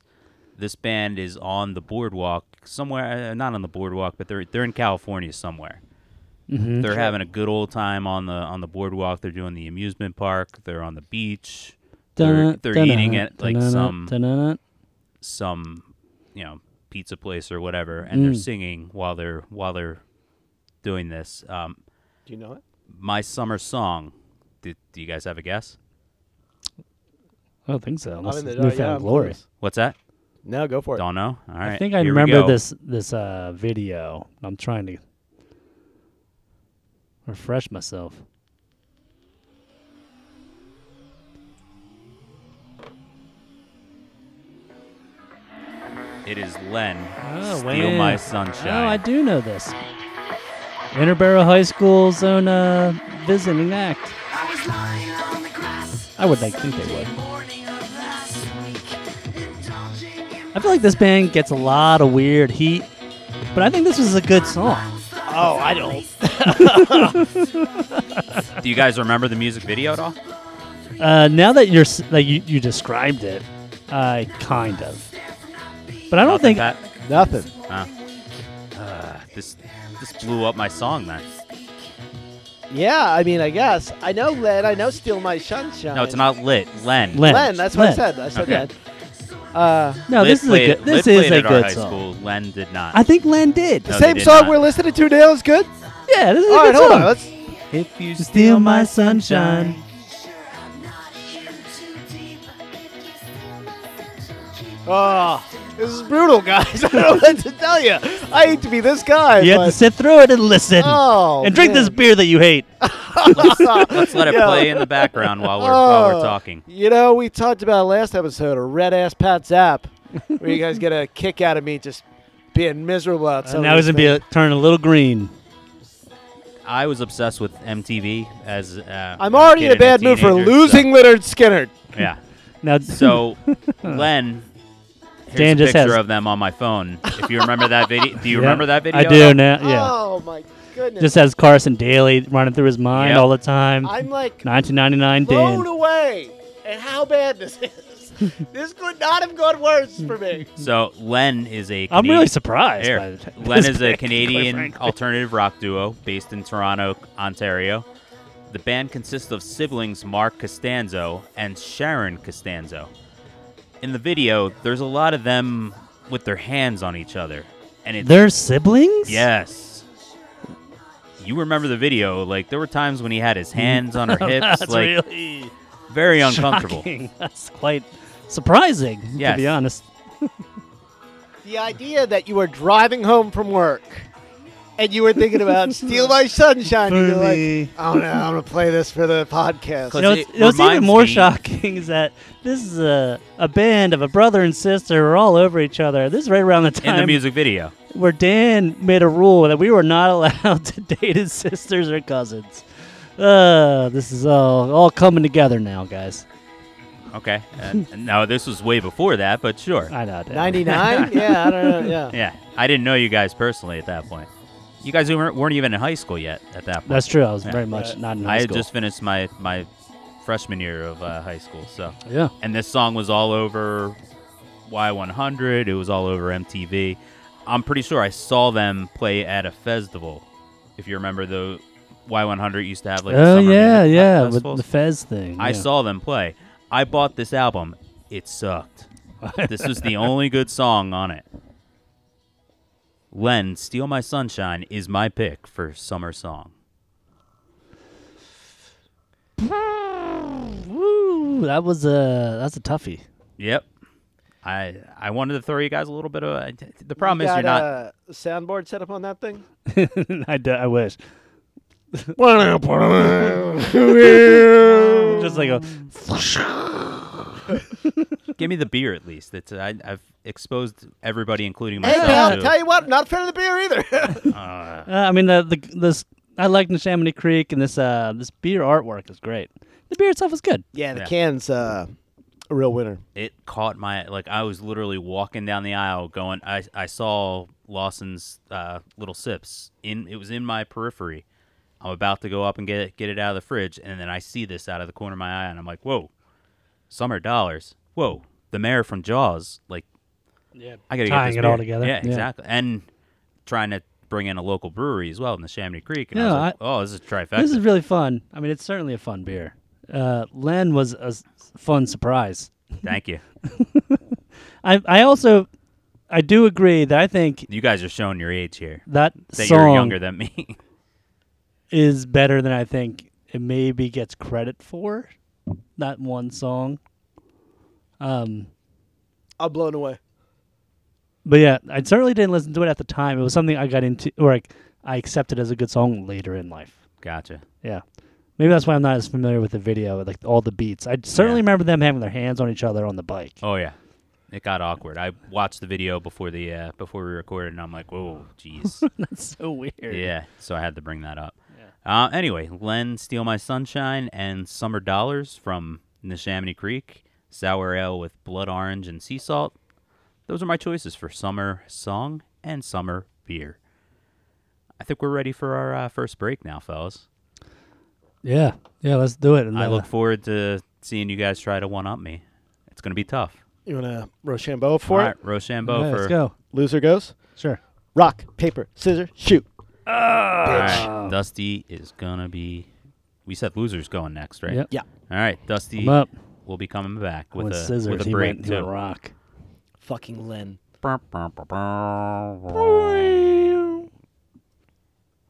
[SPEAKER 2] This band is on the boardwalk somewhere, uh, not on the boardwalk, but they're they're in California somewhere. They're having a good old time on the on the boardwalk. They're doing the amusement park. They're on the beach. They're,
[SPEAKER 3] Dun-
[SPEAKER 2] they're
[SPEAKER 3] dun-
[SPEAKER 2] eating at like
[SPEAKER 3] dun-
[SPEAKER 2] some
[SPEAKER 3] dun- dun-
[SPEAKER 2] some you know pizza place or whatever, and they're singing while they're while they're doing this. Um,
[SPEAKER 1] Do you know it?
[SPEAKER 2] my summer song. Do, do you guys have a guess?
[SPEAKER 3] I don't think so.
[SPEAKER 1] I'm
[SPEAKER 3] Unless
[SPEAKER 1] in the
[SPEAKER 3] it's
[SPEAKER 1] dark,
[SPEAKER 3] Newfound
[SPEAKER 1] yeah, I'm
[SPEAKER 3] Glory.
[SPEAKER 1] curious.
[SPEAKER 2] What's that?
[SPEAKER 1] No, go for it.
[SPEAKER 2] Don't know. All right.
[SPEAKER 3] I think I
[SPEAKER 2] here we
[SPEAKER 3] remember
[SPEAKER 2] go.
[SPEAKER 3] this this uh, video. I'm trying to refresh myself.
[SPEAKER 2] It is Len.
[SPEAKER 3] Oh,
[SPEAKER 2] Steal
[SPEAKER 3] wait.
[SPEAKER 2] my
[SPEAKER 3] Oh, I
[SPEAKER 2] sunshine.
[SPEAKER 3] do know this. Interborough High School's own uh, visiting act. I would like think they would. I feel like this band gets a lot of weird heat, but I think this was a good song.
[SPEAKER 1] Oh, I don't.
[SPEAKER 2] do you guys remember the music video at all?
[SPEAKER 3] Uh, now that you're s- that you, you described it, I kind of. But I don't think
[SPEAKER 2] that.
[SPEAKER 1] Nothing.
[SPEAKER 2] Uh, this this blew up my song then.
[SPEAKER 1] Yeah, I mean, I guess. I know Len. I know Steal My Sunshine.
[SPEAKER 2] No, it's not lit. Len.
[SPEAKER 3] Len.
[SPEAKER 1] Len, that's what I said. I said
[SPEAKER 2] Okay.
[SPEAKER 1] Len. Uh,
[SPEAKER 3] no,
[SPEAKER 2] Lit
[SPEAKER 3] this is a
[SPEAKER 2] played-
[SPEAKER 3] good
[SPEAKER 2] Lit
[SPEAKER 3] this is
[SPEAKER 2] played
[SPEAKER 3] a
[SPEAKER 2] at our
[SPEAKER 3] good
[SPEAKER 2] high
[SPEAKER 3] song.
[SPEAKER 2] school. Len did not.
[SPEAKER 3] I think Len did.
[SPEAKER 1] the
[SPEAKER 2] No, they
[SPEAKER 1] same
[SPEAKER 2] did
[SPEAKER 1] song
[SPEAKER 2] not.
[SPEAKER 1] we're listening to now is good?
[SPEAKER 3] Yeah, this is
[SPEAKER 1] All
[SPEAKER 3] a
[SPEAKER 1] right,
[SPEAKER 3] good
[SPEAKER 1] hold
[SPEAKER 3] song.
[SPEAKER 1] on. Let's,
[SPEAKER 2] if you
[SPEAKER 3] Steal my sunshine.
[SPEAKER 1] oh, this is brutal, guys. I don't know what to tell you. I hate to be this guy.
[SPEAKER 3] You have to
[SPEAKER 1] but-
[SPEAKER 3] sit through it and listen.
[SPEAKER 1] Oh,
[SPEAKER 3] and drink this
[SPEAKER 1] man.
[SPEAKER 3] beer that you hate.
[SPEAKER 2] Let's let it
[SPEAKER 1] Yeah.
[SPEAKER 2] play in the background while we're while
[SPEAKER 1] Oh.
[SPEAKER 2] we're talking.
[SPEAKER 1] You know, we talked about last episode a red ass Pat Zap, where you guys get a kick out of me just being miserable outside.
[SPEAKER 3] And now he's gonna be a, turn a little green.
[SPEAKER 2] I was obsessed with MTV as. Uh,
[SPEAKER 1] I'm already in
[SPEAKER 2] kid
[SPEAKER 1] a bad
[SPEAKER 2] and
[SPEAKER 1] mood for
[SPEAKER 2] teenager, so-
[SPEAKER 1] losing Leonard Skinner.
[SPEAKER 2] Yeah.
[SPEAKER 3] Now,
[SPEAKER 2] So, Len, here's
[SPEAKER 3] Dan
[SPEAKER 2] a
[SPEAKER 3] just
[SPEAKER 2] picture
[SPEAKER 3] has-
[SPEAKER 2] of them on my phone. If you remember that video, do you
[SPEAKER 3] Yeah,
[SPEAKER 2] remember that video?
[SPEAKER 3] I
[SPEAKER 2] at
[SPEAKER 3] do
[SPEAKER 2] all?
[SPEAKER 3] now. Yeah,
[SPEAKER 1] Oh my goodness.
[SPEAKER 3] just has Carson Daly running through his mind
[SPEAKER 2] Yep.
[SPEAKER 3] all the time.
[SPEAKER 1] I'm like
[SPEAKER 3] 1999
[SPEAKER 1] blown
[SPEAKER 3] Dan.
[SPEAKER 1] away at how bad this is. this could not have gone worse for me.
[SPEAKER 2] So Len is a.
[SPEAKER 3] I'm
[SPEAKER 2] Canadian-
[SPEAKER 3] really surprised.
[SPEAKER 2] Here.
[SPEAKER 3] by th-
[SPEAKER 2] Len
[SPEAKER 3] this
[SPEAKER 2] is a
[SPEAKER 3] pick, quite
[SPEAKER 2] Canadian
[SPEAKER 3] frankly.
[SPEAKER 2] alternative rock duo based in Toronto, Ontario. The band consists of siblings Mark Costanzo and Sharon Costanzo. In the video, there's a lot of them with their hands on each other, and it's
[SPEAKER 3] They're siblings.
[SPEAKER 2] Yes. You remember the video? Like there were times when he had his hands on her hips,
[SPEAKER 3] that's
[SPEAKER 2] like
[SPEAKER 3] really
[SPEAKER 2] very uncomfortable.
[SPEAKER 3] shocking. That's quite surprising.
[SPEAKER 2] Yes.
[SPEAKER 3] to be honest.
[SPEAKER 1] The idea that you were driving home from work and you were thinking about steal my sunshine. and you're like, oh no, I'm gonna play this for the podcast.
[SPEAKER 3] You know,
[SPEAKER 2] Because
[SPEAKER 3] it's-
[SPEAKER 2] it
[SPEAKER 3] what's even
[SPEAKER 2] reminds
[SPEAKER 3] more
[SPEAKER 2] me-
[SPEAKER 3] shocking is that this is a, a band of a brother and sister who are all over each other. This is right around the
[SPEAKER 2] In
[SPEAKER 3] time
[SPEAKER 2] the music video,
[SPEAKER 3] where Dan made a rule that we were not allowed to date his sisters or cousins. Uh, this is all all coming together now, guys.
[SPEAKER 2] okay. And, and now this was way before that, but sure.
[SPEAKER 3] I know. Dan.
[SPEAKER 1] 99? yeah, I don't know. Yeah.
[SPEAKER 2] Yeah, I didn't know you guys personally at that point. You guys weren't, weren't even in high school yet at that point.
[SPEAKER 3] That's true. I was
[SPEAKER 2] Yeah.
[SPEAKER 3] very much not in high
[SPEAKER 2] I had
[SPEAKER 3] school.
[SPEAKER 2] just finished my my freshman year of uh, high school. So,
[SPEAKER 3] Yeah.
[SPEAKER 2] and this song was all over Y100. It was all over MTV. I'm pretty sure I saw them play at a festival. If you remember, the Y100 used to have like. the
[SPEAKER 3] oh
[SPEAKER 2] summer
[SPEAKER 3] yeah,
[SPEAKER 2] music
[SPEAKER 3] yeah, with
[SPEAKER 2] festivals.
[SPEAKER 3] the Fez thing.
[SPEAKER 2] I
[SPEAKER 3] yeah.
[SPEAKER 2] saw them play. I bought this album. It sucked. this was the only good song on it. Len, Steal My Sunshine is my pick for summer song.
[SPEAKER 3] Woo, that was a that's a toughie.
[SPEAKER 2] Yep. I I wanted to throw you guys a little bit of the problem is you're not
[SPEAKER 1] a soundboard set up on that thing.
[SPEAKER 3] I, d- I wish. Just like a
[SPEAKER 2] Give me the beer at least. It's I, I've exposed everybody, including
[SPEAKER 1] Hey, pal,
[SPEAKER 2] myself.
[SPEAKER 1] tell
[SPEAKER 2] to,
[SPEAKER 1] you what, not a fan of the beer either.
[SPEAKER 3] Uh, I mean, the, the this I like the Chamonix Creek, and this uh this beer artwork is great. The beer itself is good.
[SPEAKER 1] yeah, the
[SPEAKER 2] Yeah.
[SPEAKER 1] can's uh, a real winner.
[SPEAKER 2] it caught my like. I was literally walking down the aisle, going. I I saw Lawson's uh, little sips in. It was in my periphery. I'm about to go up and get it, get it out of the fridge, and then I see this out of the corner of my eye, and I'm like, "Whoa, summer dollars! Whoa, the mayor from Jaws! Like,
[SPEAKER 3] Yeah,
[SPEAKER 2] I gotta
[SPEAKER 3] Tying
[SPEAKER 2] get this
[SPEAKER 3] it all
[SPEAKER 2] beer.
[SPEAKER 3] together.
[SPEAKER 2] Yeah,
[SPEAKER 3] Yeah.
[SPEAKER 2] exactly. And trying to bring in a local brewery as well in the Chamonix Creek. And I
[SPEAKER 3] Yeah,
[SPEAKER 2] was like, oh, this is trifecta.
[SPEAKER 3] this is really fun. I mean, it's certainly a fun beer. Uh, Len was a s- fun surprise.
[SPEAKER 2] Thank you.
[SPEAKER 3] I I also I do agree that I think
[SPEAKER 2] You guys are showing your age here.
[SPEAKER 3] that,
[SPEAKER 2] That
[SPEAKER 3] song
[SPEAKER 2] you're younger than me.
[SPEAKER 3] is better than I think it maybe gets credit for. That one song. Um,
[SPEAKER 1] I'm blown away.
[SPEAKER 3] But yeah, I certainly didn't listen to it at the time. It was something I got into, or I, I accepted as a good song later in life.
[SPEAKER 2] gotcha.
[SPEAKER 3] Yeah, maybe that's why I'm not as familiar with the video, like all the beats. I certainly
[SPEAKER 2] Yeah.
[SPEAKER 3] remember them having their hands on each other on the bike.
[SPEAKER 2] Oh yeah, it got awkward. I watched the video before the uh, before we recorded, and I'm like, whoa, jeez.
[SPEAKER 3] That's so weird.
[SPEAKER 2] yeah. So I had to bring that up. Uh, anyway, Len, steal my sunshine and summer dollars from Neshaminy Creek. Sour ale with blood orange and sea salt. Those are my choices for summer song and summer beer. I think we're ready for our uh, first break now, fellas.
[SPEAKER 3] yeah, yeah. Let's do it. And,
[SPEAKER 2] I
[SPEAKER 3] uh,
[SPEAKER 2] look forward to seeing you guys try to one up me. It's gonna be tough.
[SPEAKER 1] You want to Rochambeau for
[SPEAKER 2] All
[SPEAKER 1] it?
[SPEAKER 2] right, Rochambeau
[SPEAKER 3] yeah,
[SPEAKER 2] for
[SPEAKER 3] let's go.
[SPEAKER 1] Loser goes.
[SPEAKER 3] Sure.
[SPEAKER 1] Rock, paper, scissors, shoot.
[SPEAKER 2] All right, Dusty is gonna be. We said losers going next, right?
[SPEAKER 3] Yep.
[SPEAKER 1] Yeah.
[SPEAKER 2] All right, Dusty
[SPEAKER 3] I'm up
[SPEAKER 2] will be coming back
[SPEAKER 3] with,
[SPEAKER 2] with a
[SPEAKER 3] scissors.
[SPEAKER 2] with a
[SPEAKER 3] he
[SPEAKER 2] break
[SPEAKER 3] went, he
[SPEAKER 2] too.
[SPEAKER 3] went rock.
[SPEAKER 1] Fucking Len.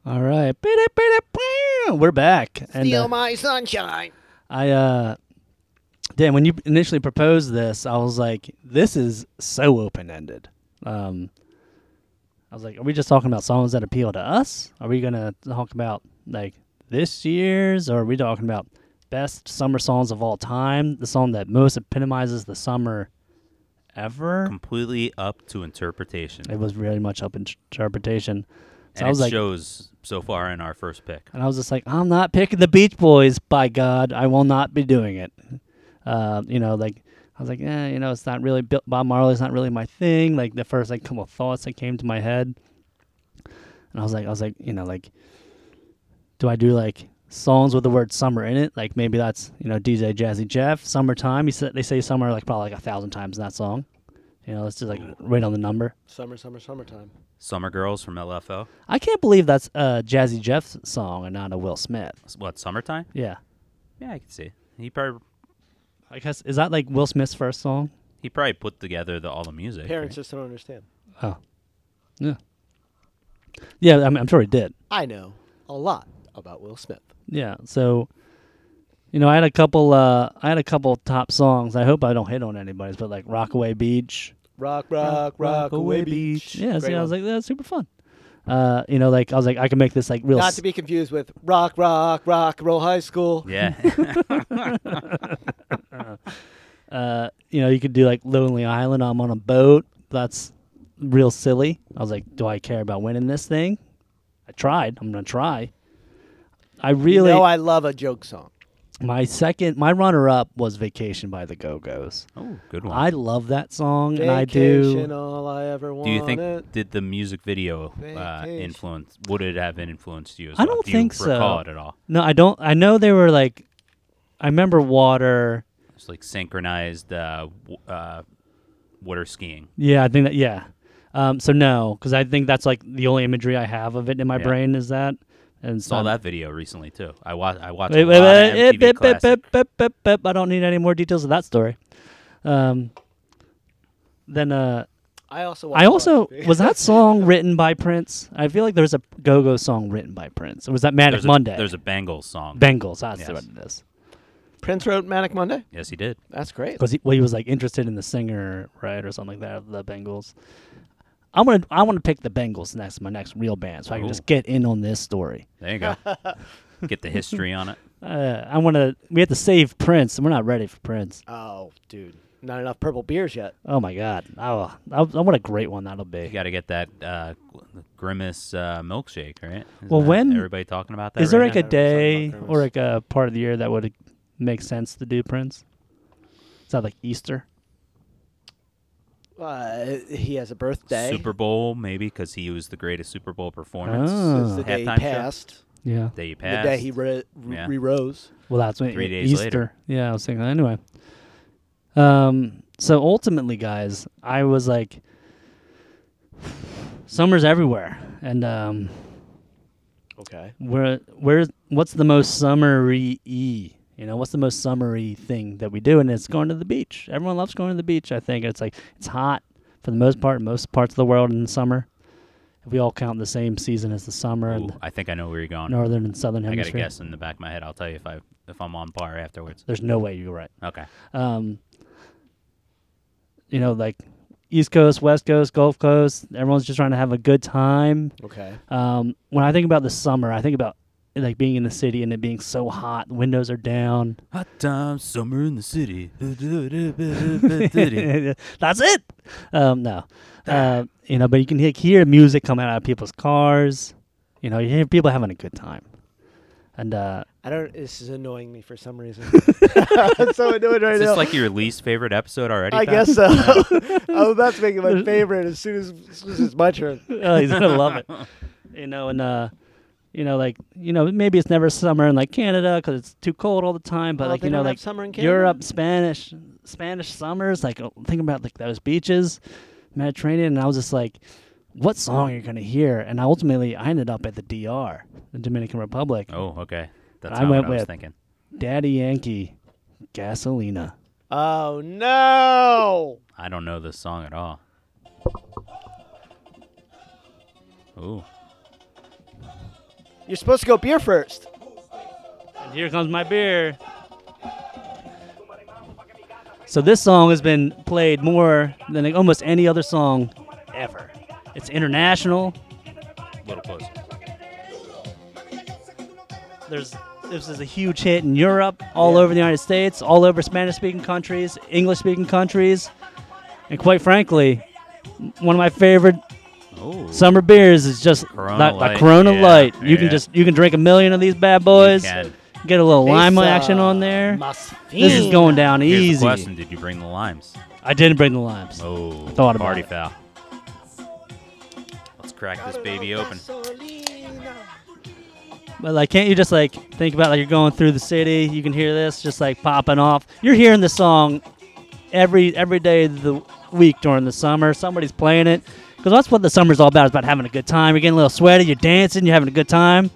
[SPEAKER 3] All right. Beep, beep, beep, beep. We're back. And, uh,
[SPEAKER 4] Steal my sunshine.
[SPEAKER 3] I uh Dan, when you initially proposed this, I was like, this is so open ended. Um I was like, are we just talking about songs that appeal to us? Are we gonna talk about like this year's or are we talking about best summer songs of all time? The song that most epitomizes the summer ever?
[SPEAKER 2] Completely up to interpretation,
[SPEAKER 3] It was really much up in interpretation. So
[SPEAKER 2] and
[SPEAKER 3] I was
[SPEAKER 2] it
[SPEAKER 3] like
[SPEAKER 2] shows so far in our first pick.
[SPEAKER 3] And I was just like, I'm not picking the Beach Boys. By God, I will not be doing it. Uh, you know, like I was like, eh, you know, it's not really Bill- Bob Marley's not really my thing. Like the first like couple of thoughts that came to my head, and I was like, I was like, you know, like, do I do like songs with the word summer in it? Like maybe that's you know DJ Jazzy Jeff, summertime. He said they say summer like probably like a thousand times in that song. You know, let's just like wait on the number.
[SPEAKER 1] Summer, summer, summertime.
[SPEAKER 2] Summer Girls from LFO.
[SPEAKER 3] I can't believe that's uh, Jazzy Jeff's song and not a Will Smith.
[SPEAKER 2] S- What summertime?
[SPEAKER 3] Yeah.
[SPEAKER 2] Yeah, I can see. it. He probably
[SPEAKER 3] I guess is that like Will Smith's first song?
[SPEAKER 2] he probably put together the all the music.
[SPEAKER 1] Parents just don't understand.
[SPEAKER 3] Oh, yeah, yeah. I'm, I'm sure he did.
[SPEAKER 1] I know a lot about Will Smith.
[SPEAKER 3] Yeah. So, you know, I had a couple. Uh, I had a couple top songs. I hope I don't hit on anybody's, but like Rockaway Beach.
[SPEAKER 1] Rock, rock, rock, away beach.
[SPEAKER 3] Yeah. So
[SPEAKER 1] Great
[SPEAKER 3] I was
[SPEAKER 1] one.
[SPEAKER 3] like, that's super fun. Uh, you know, like I was like, I can make this like real.
[SPEAKER 1] Not to be confused with rock, rock, rock, roll high school.
[SPEAKER 2] Yeah.
[SPEAKER 3] uh, you know, you could do like Lonely Island. I'm on a boat. That's real silly. I was like, do I care about winning this thing? I tried. I'm gonna try. I really.
[SPEAKER 1] You know I love a joke song.
[SPEAKER 3] My second, my runner up was Vacation by the Go Go's.
[SPEAKER 2] oh, good one.
[SPEAKER 3] I love that song, and I
[SPEAKER 1] Vacation,
[SPEAKER 3] do.
[SPEAKER 1] all I ever
[SPEAKER 2] do you think
[SPEAKER 1] wanted.
[SPEAKER 2] did the music video uh,
[SPEAKER 1] Vacation.
[SPEAKER 2] influence? Would it have influenced you? As
[SPEAKER 3] I
[SPEAKER 2] well?
[SPEAKER 3] don't
[SPEAKER 2] do
[SPEAKER 3] think
[SPEAKER 2] you recall
[SPEAKER 3] so.
[SPEAKER 2] it at all.
[SPEAKER 3] No, I don't. I know they were like I remember water.
[SPEAKER 2] It's like synchronized uh, w- uh, water skiing.
[SPEAKER 3] Yeah, I think that. Yeah. Um, so no, because I think that's like the only imagery I have of it in my
[SPEAKER 2] Yeah.
[SPEAKER 3] brain is that. And
[SPEAKER 2] Saw
[SPEAKER 3] so
[SPEAKER 2] that video recently too. I watched. I watched.
[SPEAKER 3] Wait,
[SPEAKER 2] a
[SPEAKER 3] wait,
[SPEAKER 2] lot
[SPEAKER 3] wait,
[SPEAKER 2] of MTV
[SPEAKER 3] eh, bip, bip,
[SPEAKER 2] classic.
[SPEAKER 3] bip, bip, bip, bip. I don't need any more details of that story. Um, then uh,
[SPEAKER 1] I also.
[SPEAKER 3] I also was that song written by Prince. I feel like there's a Go Go song written by Prince. Or was that Manic
[SPEAKER 2] There's a,
[SPEAKER 3] Monday?
[SPEAKER 2] There's a Bengals song.
[SPEAKER 3] Bengals. Ah, That's
[SPEAKER 2] Yes.
[SPEAKER 3] what it is.
[SPEAKER 1] Prince wrote Manic Monday.
[SPEAKER 2] yes, he did.
[SPEAKER 1] That's great.
[SPEAKER 3] Because he, well, he was like interested in the singer, right, or something like that of the Bengals. I'm gonna I want to pick the Bengals next, my next real band, so I can
[SPEAKER 2] Ooh.
[SPEAKER 3] just get in on this story.
[SPEAKER 2] There you go. Get the history on it.
[SPEAKER 3] Uh, I want to. We have to save Prince, and we're not ready for Prince.
[SPEAKER 1] Oh, dude, not enough purple beers yet.
[SPEAKER 3] Oh my God! Oh, I, I, what a great one that'll be.
[SPEAKER 2] You got to get that uh, grimace uh, milkshake, right? Isn't
[SPEAKER 3] Well,
[SPEAKER 2] that-
[SPEAKER 3] when-
[SPEAKER 2] everybody talking about that?
[SPEAKER 3] Is there
[SPEAKER 2] right
[SPEAKER 1] now,
[SPEAKER 2] now?
[SPEAKER 3] like a
[SPEAKER 1] there's
[SPEAKER 3] day
[SPEAKER 1] something about
[SPEAKER 3] or like a part of the year that would make sense to do Prince? Is that like Easter?
[SPEAKER 1] Uh, he has a birthday.
[SPEAKER 2] Super Bowl maybe because he was the greatest Super Bowl performance.
[SPEAKER 3] Oh.
[SPEAKER 1] It's the day he
[SPEAKER 2] Halftime show?
[SPEAKER 1] passed.
[SPEAKER 3] Yeah.
[SPEAKER 2] Day he passed.
[SPEAKER 1] The day he re- re-
[SPEAKER 2] Yeah.
[SPEAKER 1] re-rose.
[SPEAKER 3] Well, that's when
[SPEAKER 2] Three
[SPEAKER 3] e-
[SPEAKER 2] days
[SPEAKER 3] Easter.
[SPEAKER 2] later.
[SPEAKER 3] Yeah, I was thinking that anyway. Um, so ultimately, guys, I was like, summer's everywhere, and um,
[SPEAKER 1] Okay.
[SPEAKER 3] where where's what's the most summery y? You know, what's the most summery thing that we do? And it's going to the beach. Everyone loves going to the beach. I think it's like it's hot for the most part, in most parts of the world in the summer. If we all count the same season as the summer
[SPEAKER 2] Ooh,
[SPEAKER 3] in the
[SPEAKER 2] I think I know where you're going.
[SPEAKER 3] northern and southern
[SPEAKER 2] I got
[SPEAKER 3] hemisphere.
[SPEAKER 2] a guess in the back of my head. I'll tell you if I if I'm on par afterwards.
[SPEAKER 3] There's no way you're right.
[SPEAKER 2] Okay.
[SPEAKER 3] um, you know, like East Coast, West Coast, Gulf Coast. Everyone's just trying to have a good time.
[SPEAKER 1] Okay.
[SPEAKER 3] Um, when I think about the summer, I think about like being in the city and it being so hot. Windows are down.
[SPEAKER 2] Hot time, summer in the city.
[SPEAKER 3] That's it. Um, no,
[SPEAKER 1] Ah.
[SPEAKER 3] uh, you know, but you can he- hear music coming out of people's cars. You know, you hear people having a good time, and uh,
[SPEAKER 1] I don't. This is annoying me for some reason. I'm so annoyed right
[SPEAKER 2] Is
[SPEAKER 1] now.
[SPEAKER 2] this like your least favorite episode already?
[SPEAKER 1] I
[SPEAKER 2] Pat?
[SPEAKER 1] guess so. I'm about to make it my favorite as soon as, as soon as it's my turn.
[SPEAKER 3] oh, he's gonna love it. You know, and uh, you know, like you know, maybe it's never summer in like Canada because it's too cold all the time. But
[SPEAKER 1] Well,
[SPEAKER 3] like
[SPEAKER 1] Oh, they
[SPEAKER 3] you know,
[SPEAKER 1] don't have
[SPEAKER 3] like
[SPEAKER 1] summer in Canada?
[SPEAKER 3] Europe, Spanish, Spanish summers. Like oh, think about like those beaches, Mediterranean, and I was just like, what song are you gonna hear? And I ultimately I ended up at the DR, the Dominican Republic.
[SPEAKER 2] Oh, okay. That's
[SPEAKER 3] I
[SPEAKER 2] not what
[SPEAKER 3] went
[SPEAKER 2] I was
[SPEAKER 3] with-
[SPEAKER 2] thinking.
[SPEAKER 3] Daddy Yankee, Gasolina.
[SPEAKER 1] Oh no!
[SPEAKER 2] I don't know this song at all. Ooh.
[SPEAKER 1] You're supposed to go beer first.
[SPEAKER 3] And here comes my beer. So this song has been played more than like almost any other song ever. It's international.
[SPEAKER 2] little close.
[SPEAKER 3] There's this is a huge hit in Europe, all over the United States, all over Spanish-speaking countries, English-speaking countries, and quite frankly, m- one of my favorite
[SPEAKER 2] Oh.
[SPEAKER 3] summer beers is just
[SPEAKER 2] Corona
[SPEAKER 3] like
[SPEAKER 2] Light,
[SPEAKER 3] like Corona
[SPEAKER 2] yeah,
[SPEAKER 3] Light. You can
[SPEAKER 2] yeah.
[SPEAKER 3] just you can drink a million of these bad boys,
[SPEAKER 2] can.
[SPEAKER 3] get a little lime
[SPEAKER 1] Esa
[SPEAKER 3] action on there.
[SPEAKER 1] mas
[SPEAKER 3] This is
[SPEAKER 1] fin.
[SPEAKER 3] going down
[SPEAKER 2] Here's
[SPEAKER 3] easy.
[SPEAKER 2] the question: Did you bring the limes?
[SPEAKER 3] I didn't bring the limes.
[SPEAKER 2] Oh,
[SPEAKER 3] Thought about
[SPEAKER 2] party
[SPEAKER 3] it.
[SPEAKER 2] foul. Let's crack this baby open.
[SPEAKER 3] But like, can't you just like think about like you're going through the city? You can hear this just like popping off. You're hearing the song every every day of the week during the summer. Somebody's playing it because that's what the summer's all about. It's about having a good time. You're getting a little sweaty. You're dancing. You're having a good time.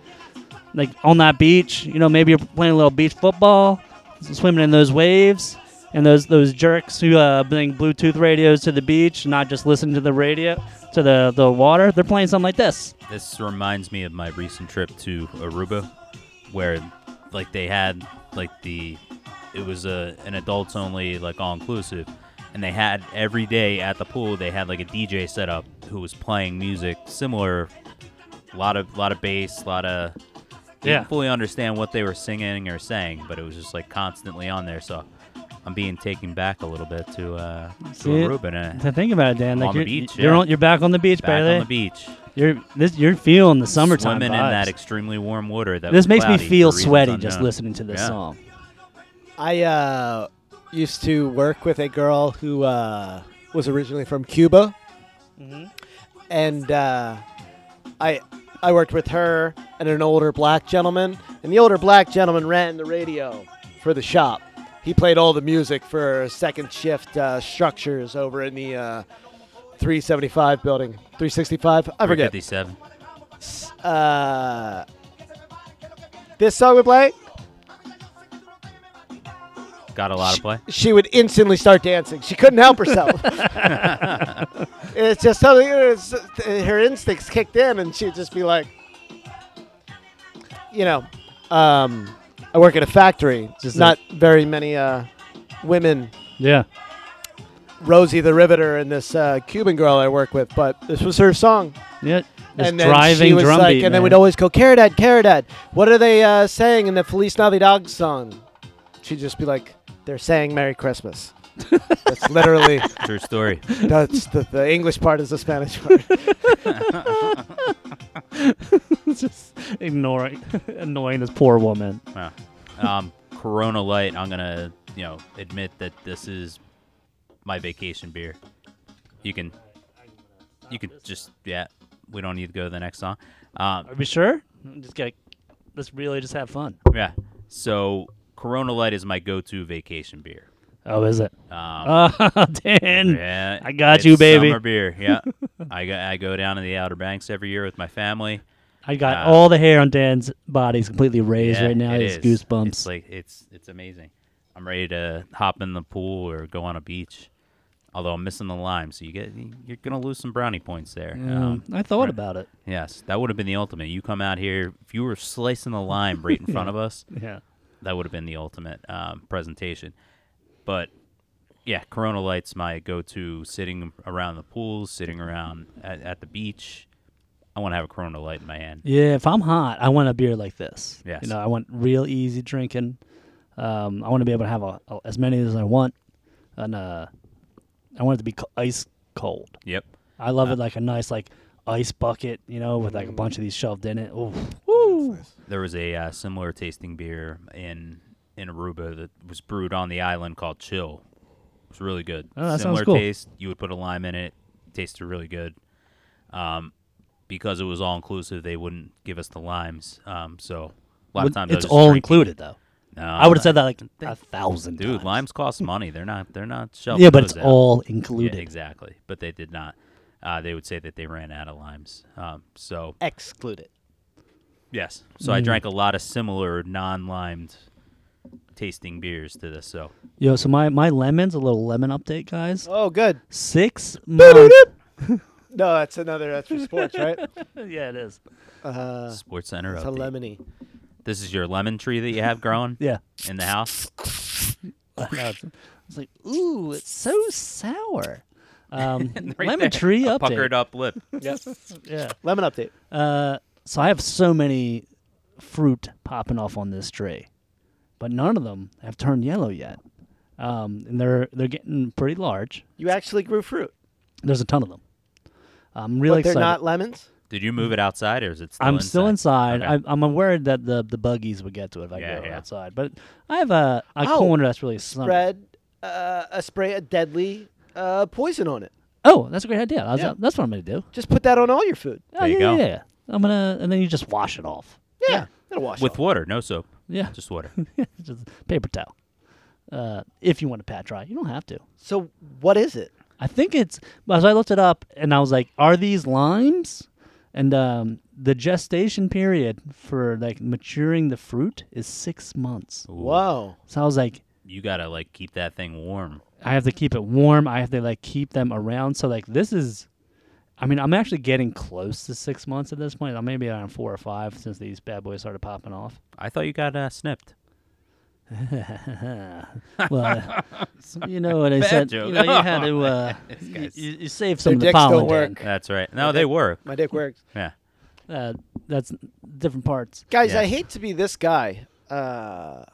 [SPEAKER 3] Like on that beach, you know, maybe you're playing a little beach football, swimming in those waves. And those those jerks who uh, bring Bluetooth radios to the beach, not just listening to the radio to the, the water, they're playing something like this.
[SPEAKER 2] This reminds me of my recent trip to Aruba, where, like, they had like the, it was a an adults only like all inclusive, and they had every day at the pool they had like a DJ set up who was playing music similar, lot of lot of bass, lot of. Didn't
[SPEAKER 3] Yeah.
[SPEAKER 2] fully understand what they were singing or saying, but it was just like constantly on there. So I'm being taken back a little bit to uh, to
[SPEAKER 3] See?
[SPEAKER 2] Aruba and
[SPEAKER 3] To think about it, Dan,
[SPEAKER 2] On
[SPEAKER 3] like
[SPEAKER 2] the
[SPEAKER 3] you're,
[SPEAKER 2] beach,
[SPEAKER 3] you're
[SPEAKER 2] yeah.
[SPEAKER 3] on, you're back on the beach,
[SPEAKER 2] back
[SPEAKER 3] baby.
[SPEAKER 2] on the beach.
[SPEAKER 3] You're this, you're feeling the summertime
[SPEAKER 2] swimming
[SPEAKER 3] vibes.
[SPEAKER 2] in that extremely warm water. That
[SPEAKER 3] this
[SPEAKER 2] was
[SPEAKER 3] makes me
[SPEAKER 2] cloudy
[SPEAKER 3] feel
[SPEAKER 2] for reasons
[SPEAKER 3] sweaty just
[SPEAKER 2] unknown.
[SPEAKER 3] listening to this
[SPEAKER 2] Yeah.
[SPEAKER 3] song.
[SPEAKER 1] I uh, used to work with a girl who uh, was originally from Cuba, and uh, I I worked with her and an older black gentleman, and the older black gentleman ran the radio for the shop. He played all the music for second shift uh, structures over in the uh, 375 building. 365? I forget.
[SPEAKER 2] 57.
[SPEAKER 1] Uh, this song would play,
[SPEAKER 2] Got a lot of play.
[SPEAKER 1] she would instantly start dancing. She couldn't help herself. it's just something, it's, her instincts kicked in, and she'd just be like, you know, um, I work at a factory.
[SPEAKER 3] Just
[SPEAKER 1] Not very many uh, women
[SPEAKER 3] Yeah.
[SPEAKER 1] Rosie the Riveter and this uh, Cuban girl I work with, but this was her song.
[SPEAKER 3] Yeah. This
[SPEAKER 1] and then she
[SPEAKER 3] driving
[SPEAKER 1] was
[SPEAKER 3] drum
[SPEAKER 1] like,
[SPEAKER 3] beat,
[SPEAKER 1] and then
[SPEAKER 3] man.
[SPEAKER 1] we'd always go, Caridad, Caridad, what are they uh, saying in the Feliz Navidad song? She'd just be like, they're saying Merry Christmas. that's literally,
[SPEAKER 2] True story.
[SPEAKER 1] that's the, the English part is the Spanish part.
[SPEAKER 3] just ignoring, annoying this poor woman.
[SPEAKER 2] Wow. Um, Corona Light. I'm gonna, you know, admit that this is my vacation beer. You can, you can just yeah. We don't need to go to the next song. Um,
[SPEAKER 3] Are we sure? Just got. Let's really just have fun.
[SPEAKER 2] yeah. So Corona Light is my go-to vacation beer.
[SPEAKER 3] Oh, is it?
[SPEAKER 2] Um,
[SPEAKER 3] Oh, Dan.
[SPEAKER 2] yeah,
[SPEAKER 3] I got
[SPEAKER 2] it's
[SPEAKER 3] you, baby.
[SPEAKER 2] Summer beer. Yeah. I go, I go down to the Outer Banks every year with my family.
[SPEAKER 3] I got
[SPEAKER 2] Uh,
[SPEAKER 3] all the hair on Dan's body is completely raised
[SPEAKER 2] Yeah,
[SPEAKER 3] right now.
[SPEAKER 2] it
[SPEAKER 3] It's
[SPEAKER 2] is.
[SPEAKER 3] goosebumps.
[SPEAKER 2] It's like it's it's amazing. I'm ready to hop in the pool or go on a beach. Although I'm missing the lime, so you get you're gonna lose some brownie points there. Um,
[SPEAKER 3] Um, I thought about it.
[SPEAKER 2] yes, that would have been the ultimate. You come out here if you were slicing the lime right in front of us,
[SPEAKER 3] Yeah.
[SPEAKER 2] that would have been the ultimate um, presentation. But yeah, Corona Light's my go-to. Sitting around the pool, sitting around at, at the beach, I want to have a Corona Light in my hand.
[SPEAKER 3] Yeah, if I'm hot, I want a beer like this.
[SPEAKER 2] Yes.
[SPEAKER 3] You know, I want real easy drinking. Um, I want to be able to have a, a- as many as I want, and uh, I want it to be co- ice cold.
[SPEAKER 2] Yep.
[SPEAKER 3] I love it like a nice like ice bucket, you know, with like a bunch of these shoved in it. Ooh.
[SPEAKER 2] there was a uh, similar tasting beer in in Aruba that was brewed on the island called Chill. It was really good.
[SPEAKER 3] Oh, that sounds
[SPEAKER 2] similar
[SPEAKER 3] cool.
[SPEAKER 2] taste. You would put a lime in it. Tasted really good. Um, because it was all inclusive, they wouldn't give us the limes. Um, so a lot of times I was
[SPEAKER 3] it's
[SPEAKER 2] just
[SPEAKER 3] all
[SPEAKER 2] drinking.
[SPEAKER 3] included though.
[SPEAKER 2] No,
[SPEAKER 3] I would have said that like
[SPEAKER 2] they-
[SPEAKER 3] a thousand
[SPEAKER 2] dude,
[SPEAKER 3] times.
[SPEAKER 2] limes cost money. They're not. They're not shelving.
[SPEAKER 3] Yeah, but it's
[SPEAKER 2] those out.
[SPEAKER 3] all
[SPEAKER 2] Yeah,
[SPEAKER 3] included.
[SPEAKER 2] exactly. But they did not. Uh, they would say that they ran out of limes. Um, so
[SPEAKER 1] Exclude it.
[SPEAKER 2] Yes. So
[SPEAKER 3] Mm.
[SPEAKER 2] I drank a lot of similar non-limed tasting beers to this. So
[SPEAKER 3] Yo, so my my lemons, a little lemon update, guys.
[SPEAKER 1] Oh, good.
[SPEAKER 3] Six months.
[SPEAKER 1] No, that's another, that's for sports, right?
[SPEAKER 3] yeah, it is.
[SPEAKER 1] Uh,
[SPEAKER 2] Sports Center
[SPEAKER 1] it's a
[SPEAKER 2] update.
[SPEAKER 1] lemony.
[SPEAKER 2] This is your lemon tree that you have growing
[SPEAKER 3] Yeah.
[SPEAKER 2] in the house.
[SPEAKER 3] it's, like, ooh, it's so sour. Um,
[SPEAKER 2] Right
[SPEAKER 3] lemon
[SPEAKER 2] there.
[SPEAKER 3] tree
[SPEAKER 2] A
[SPEAKER 3] update.
[SPEAKER 2] puckered up lip.
[SPEAKER 3] Yeah.
[SPEAKER 1] Lemon update.
[SPEAKER 3] Uh, so I have so many fruit popping off on this tree, but none of them have turned yellow yet. Um, and they're they're getting pretty large.
[SPEAKER 1] You actually grew fruit.
[SPEAKER 3] There's a ton of them. I'm really
[SPEAKER 1] but they're
[SPEAKER 3] excited.
[SPEAKER 1] not lemons?
[SPEAKER 2] Did you move it outside or is it still
[SPEAKER 3] I'm
[SPEAKER 2] inside?
[SPEAKER 3] still inside.
[SPEAKER 2] Okay.
[SPEAKER 3] I, I'm aware that the the buggies would get to it if I
[SPEAKER 2] Yeah,
[SPEAKER 3] go
[SPEAKER 2] yeah.
[SPEAKER 3] outside. But I have a, a
[SPEAKER 1] Oh,
[SPEAKER 3] corner that's really sunny.
[SPEAKER 1] Spread uh, a spray of deadly uh, poison on it.
[SPEAKER 3] Oh, that's a great idea. I was,
[SPEAKER 1] Yeah.
[SPEAKER 3] That's what I'm gonna do.
[SPEAKER 1] Just put that on all your food.
[SPEAKER 3] oh,
[SPEAKER 2] There you
[SPEAKER 3] yeah,
[SPEAKER 2] go.
[SPEAKER 3] yeah, yeah. I'm gonna, and then you just wash it off.
[SPEAKER 1] Yeah. It'll wash
[SPEAKER 2] With
[SPEAKER 1] off.
[SPEAKER 2] water, no soap.
[SPEAKER 3] Yeah, just,
[SPEAKER 2] Just water.
[SPEAKER 3] paper towel. Uh, if you want to pat dry, you don't have to.
[SPEAKER 1] So what is it?
[SPEAKER 3] I think it's. As I looked it up, and I was like, "Are these limes?" And um, the gestation period for like maturing the fruit is six months.
[SPEAKER 2] Ooh.
[SPEAKER 1] Wow.
[SPEAKER 3] So I was like,
[SPEAKER 2] You gotta like keep that thing warm.
[SPEAKER 3] I have to keep it warm. I have to like keep them around. So like this is, I mean, I'm actually getting close to six months at this point. I'm maybe around four or five since these bad boys started popping off.
[SPEAKER 2] I thought you got uh, snipped.
[SPEAKER 3] well, uh, you know what I
[SPEAKER 2] Bad
[SPEAKER 3] said.
[SPEAKER 2] joke.
[SPEAKER 3] You know, you had to. Uh,
[SPEAKER 2] This
[SPEAKER 3] you,
[SPEAKER 2] guy's-
[SPEAKER 3] you, you save some of the
[SPEAKER 1] dicks don't
[SPEAKER 3] pollen.
[SPEAKER 1] work.
[SPEAKER 3] Dan.
[SPEAKER 2] That's right. No, they were.
[SPEAKER 1] My dick works.
[SPEAKER 2] Yeah.
[SPEAKER 3] Uh, that's different parts.
[SPEAKER 1] Guys,
[SPEAKER 2] Yeah.
[SPEAKER 1] I hate to be this guy, uh,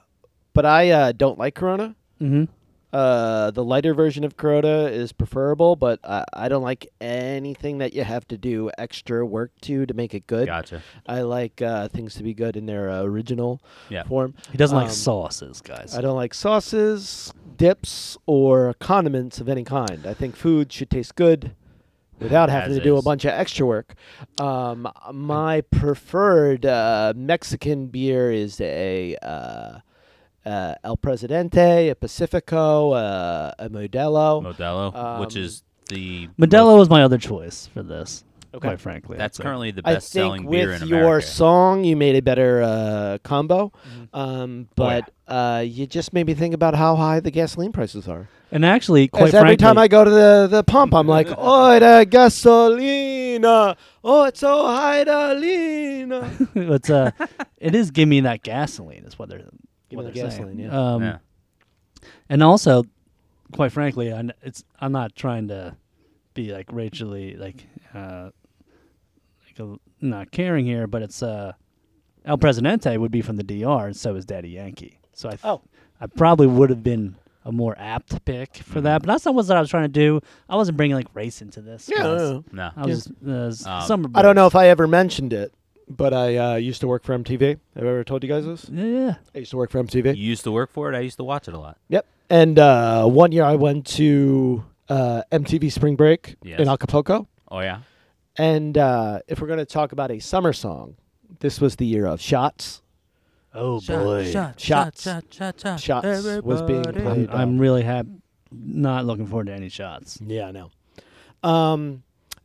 [SPEAKER 1] but I uh, don't like Corona.
[SPEAKER 3] Mm-hmm.
[SPEAKER 1] Uh, the lighter version of Corona is preferable, but I, I don't like anything that you have to do extra work to to make it good.
[SPEAKER 2] Gotcha.
[SPEAKER 1] I like uh, things to be good in their uh, original
[SPEAKER 2] Yeah.
[SPEAKER 1] form.
[SPEAKER 3] He doesn't
[SPEAKER 1] Um,
[SPEAKER 3] like sauces, guys.
[SPEAKER 1] I don't like sauces, dips, or condiments of any kind. I think food should taste good without having
[SPEAKER 2] As
[SPEAKER 1] to do a
[SPEAKER 2] is.
[SPEAKER 1] bunch of extra work. Um, my preferred uh, Mexican beer is a uh, uh, El Presidente, a Pacifico, uh, a Modelo.
[SPEAKER 2] Modelo, which
[SPEAKER 1] Um,
[SPEAKER 2] is the
[SPEAKER 3] Modelo was my other choice for this.
[SPEAKER 1] Okay.
[SPEAKER 3] Quite frankly,
[SPEAKER 2] That's
[SPEAKER 3] So-
[SPEAKER 2] currently the
[SPEAKER 1] I
[SPEAKER 2] best
[SPEAKER 1] think
[SPEAKER 2] selling beer in
[SPEAKER 1] with
[SPEAKER 2] America. Mm-hmm.
[SPEAKER 1] your song, you made a better uh, combo, um,
[SPEAKER 2] Oh,
[SPEAKER 1] but uh, you just made me think about how high the gasoline prices are.
[SPEAKER 3] And actually, quite
[SPEAKER 1] 'Cause every
[SPEAKER 3] frankly,
[SPEAKER 1] time I go to the, the pump, I'm like, oh, the gasolina, oh, it's so high, gasolina.
[SPEAKER 3] it's uh, it is give me that gasoline is what they're
[SPEAKER 1] Give me
[SPEAKER 3] what
[SPEAKER 1] the
[SPEAKER 3] they're
[SPEAKER 1] gasoline,
[SPEAKER 3] saying.
[SPEAKER 1] yeah.
[SPEAKER 3] Um,
[SPEAKER 2] Yeah.
[SPEAKER 3] And also, quite frankly, I, it's I'm not trying to be like racially like uh, like a, not caring here, but it's uh, El Presidente would be from the DR, and so is Daddy Yankee. So I th-
[SPEAKER 1] Oh.
[SPEAKER 3] I probably would have been a more apt pick for that, but that's not what I was trying to do. I wasn't bringing like race into this.
[SPEAKER 1] Yeah,
[SPEAKER 3] because
[SPEAKER 1] no,
[SPEAKER 2] No.
[SPEAKER 3] I was uh,
[SPEAKER 2] Um,
[SPEAKER 3] summer.
[SPEAKER 1] I don't know
[SPEAKER 3] break.
[SPEAKER 1] if I ever mentioned it, but I uh, used to work for MTV. Have I ever told you guys this?
[SPEAKER 3] Yeah, yeah.
[SPEAKER 1] I used to work for MTV.
[SPEAKER 2] You used to work for it. I used to watch it a lot.
[SPEAKER 1] Yep. And uh, one year I went to uh, MTV Spring Break
[SPEAKER 2] Yes.
[SPEAKER 1] in Acapulco.
[SPEAKER 2] Oh yeah.
[SPEAKER 1] And uh, if we're going to talk about a summer song, this was the year of Shots.
[SPEAKER 3] Oh boy.
[SPEAKER 1] Shots. Shots was being played.
[SPEAKER 3] I'm, I'm really happy. Not looking forward to any shots.
[SPEAKER 1] Yeah, I know. Um,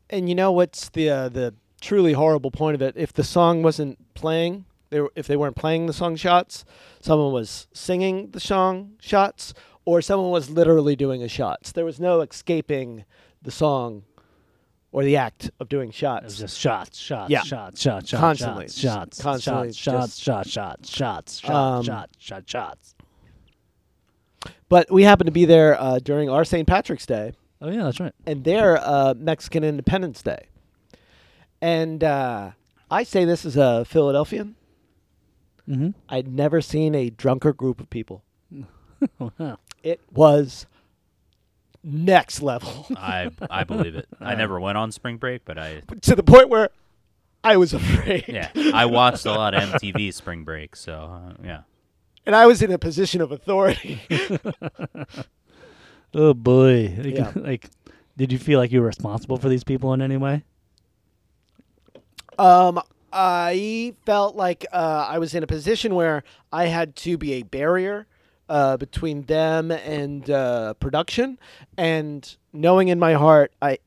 [SPEAKER 1] and you know what's the uh, the truly horrible point of it? If the song wasn't playing, they were, if they weren't playing the song shots, someone was singing the song shots, or someone was literally doing a shots. There was no escaping the song or the act of doing
[SPEAKER 3] It was
[SPEAKER 1] shots.
[SPEAKER 3] just shots, shots,
[SPEAKER 1] Yeah.
[SPEAKER 3] shots, shots, shots,
[SPEAKER 1] Constantly.
[SPEAKER 3] shots,
[SPEAKER 1] Just
[SPEAKER 3] shots,
[SPEAKER 1] constantly
[SPEAKER 3] shots, shots,
[SPEAKER 1] just-
[SPEAKER 3] shots, shots, shots,
[SPEAKER 1] Um,
[SPEAKER 3] shots, shots, shots, shots.
[SPEAKER 1] But we happened to be there uh, during our St. Patrick's Day.
[SPEAKER 3] Oh yeah, that's right.
[SPEAKER 1] and their uh, Mexican Independence Day. And uh, I say this as a Philadelphian.
[SPEAKER 3] Mm-hmm.
[SPEAKER 1] I'd never seen a drunker group of people.
[SPEAKER 3] Wow.
[SPEAKER 1] It was next level
[SPEAKER 2] I I believe it. I never went on spring break, but I
[SPEAKER 1] to the point where I was afraid.
[SPEAKER 2] yeah I watched a lot of MTV spring break. So uh, yeah.
[SPEAKER 1] And I was in a position of authority.
[SPEAKER 3] Oh boy. Like,
[SPEAKER 1] Yeah.
[SPEAKER 3] like, did you feel like you were responsible for these people in any way?
[SPEAKER 1] um, I felt like uh, I was in a position where I had to be a barrier uh, between them and uh, production, and knowing in my heart I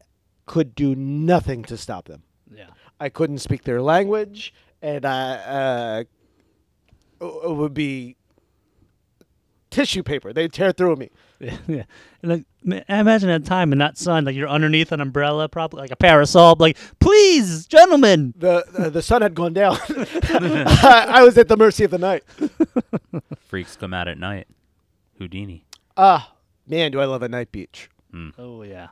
[SPEAKER 1] could do nothing to stop them.
[SPEAKER 3] Yeah.
[SPEAKER 1] I couldn't speak their language, and I uh, it would be tissue paper. They'd tear through me.
[SPEAKER 3] yeah. And like, ma- imagine that time in that sun, like you're underneath an umbrella, probably like a parasol, like, please, gentlemen.
[SPEAKER 1] The uh, the sun had gone down. I, I was at the mercy of the night.
[SPEAKER 2] Freaks come out at night. Houdini.
[SPEAKER 1] Ah, man, do I love a night beach.
[SPEAKER 3] Oh yeah.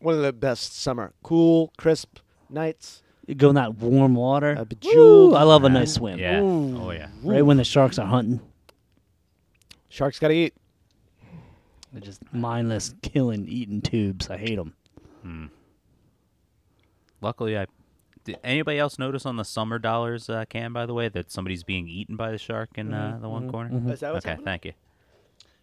[SPEAKER 1] One of the best summer, cool, crisp nights.
[SPEAKER 3] You go in that warm water.
[SPEAKER 1] A
[SPEAKER 3] Woo,
[SPEAKER 1] bejeweled.
[SPEAKER 3] I love a nice swim.
[SPEAKER 2] Yeah. Oh yeah.
[SPEAKER 3] Right when the sharks are hunting.
[SPEAKER 1] Sharks gotta eat.
[SPEAKER 3] They're just mindless killing, eating tubes. I hate them.
[SPEAKER 2] Luckily, I. Did anybody else notice on the summer dollars uh, can, by the way, that somebody's being eaten by the shark in uh, the one corner?
[SPEAKER 1] Is that what's
[SPEAKER 2] okay,
[SPEAKER 1] happening?
[SPEAKER 2] thank you.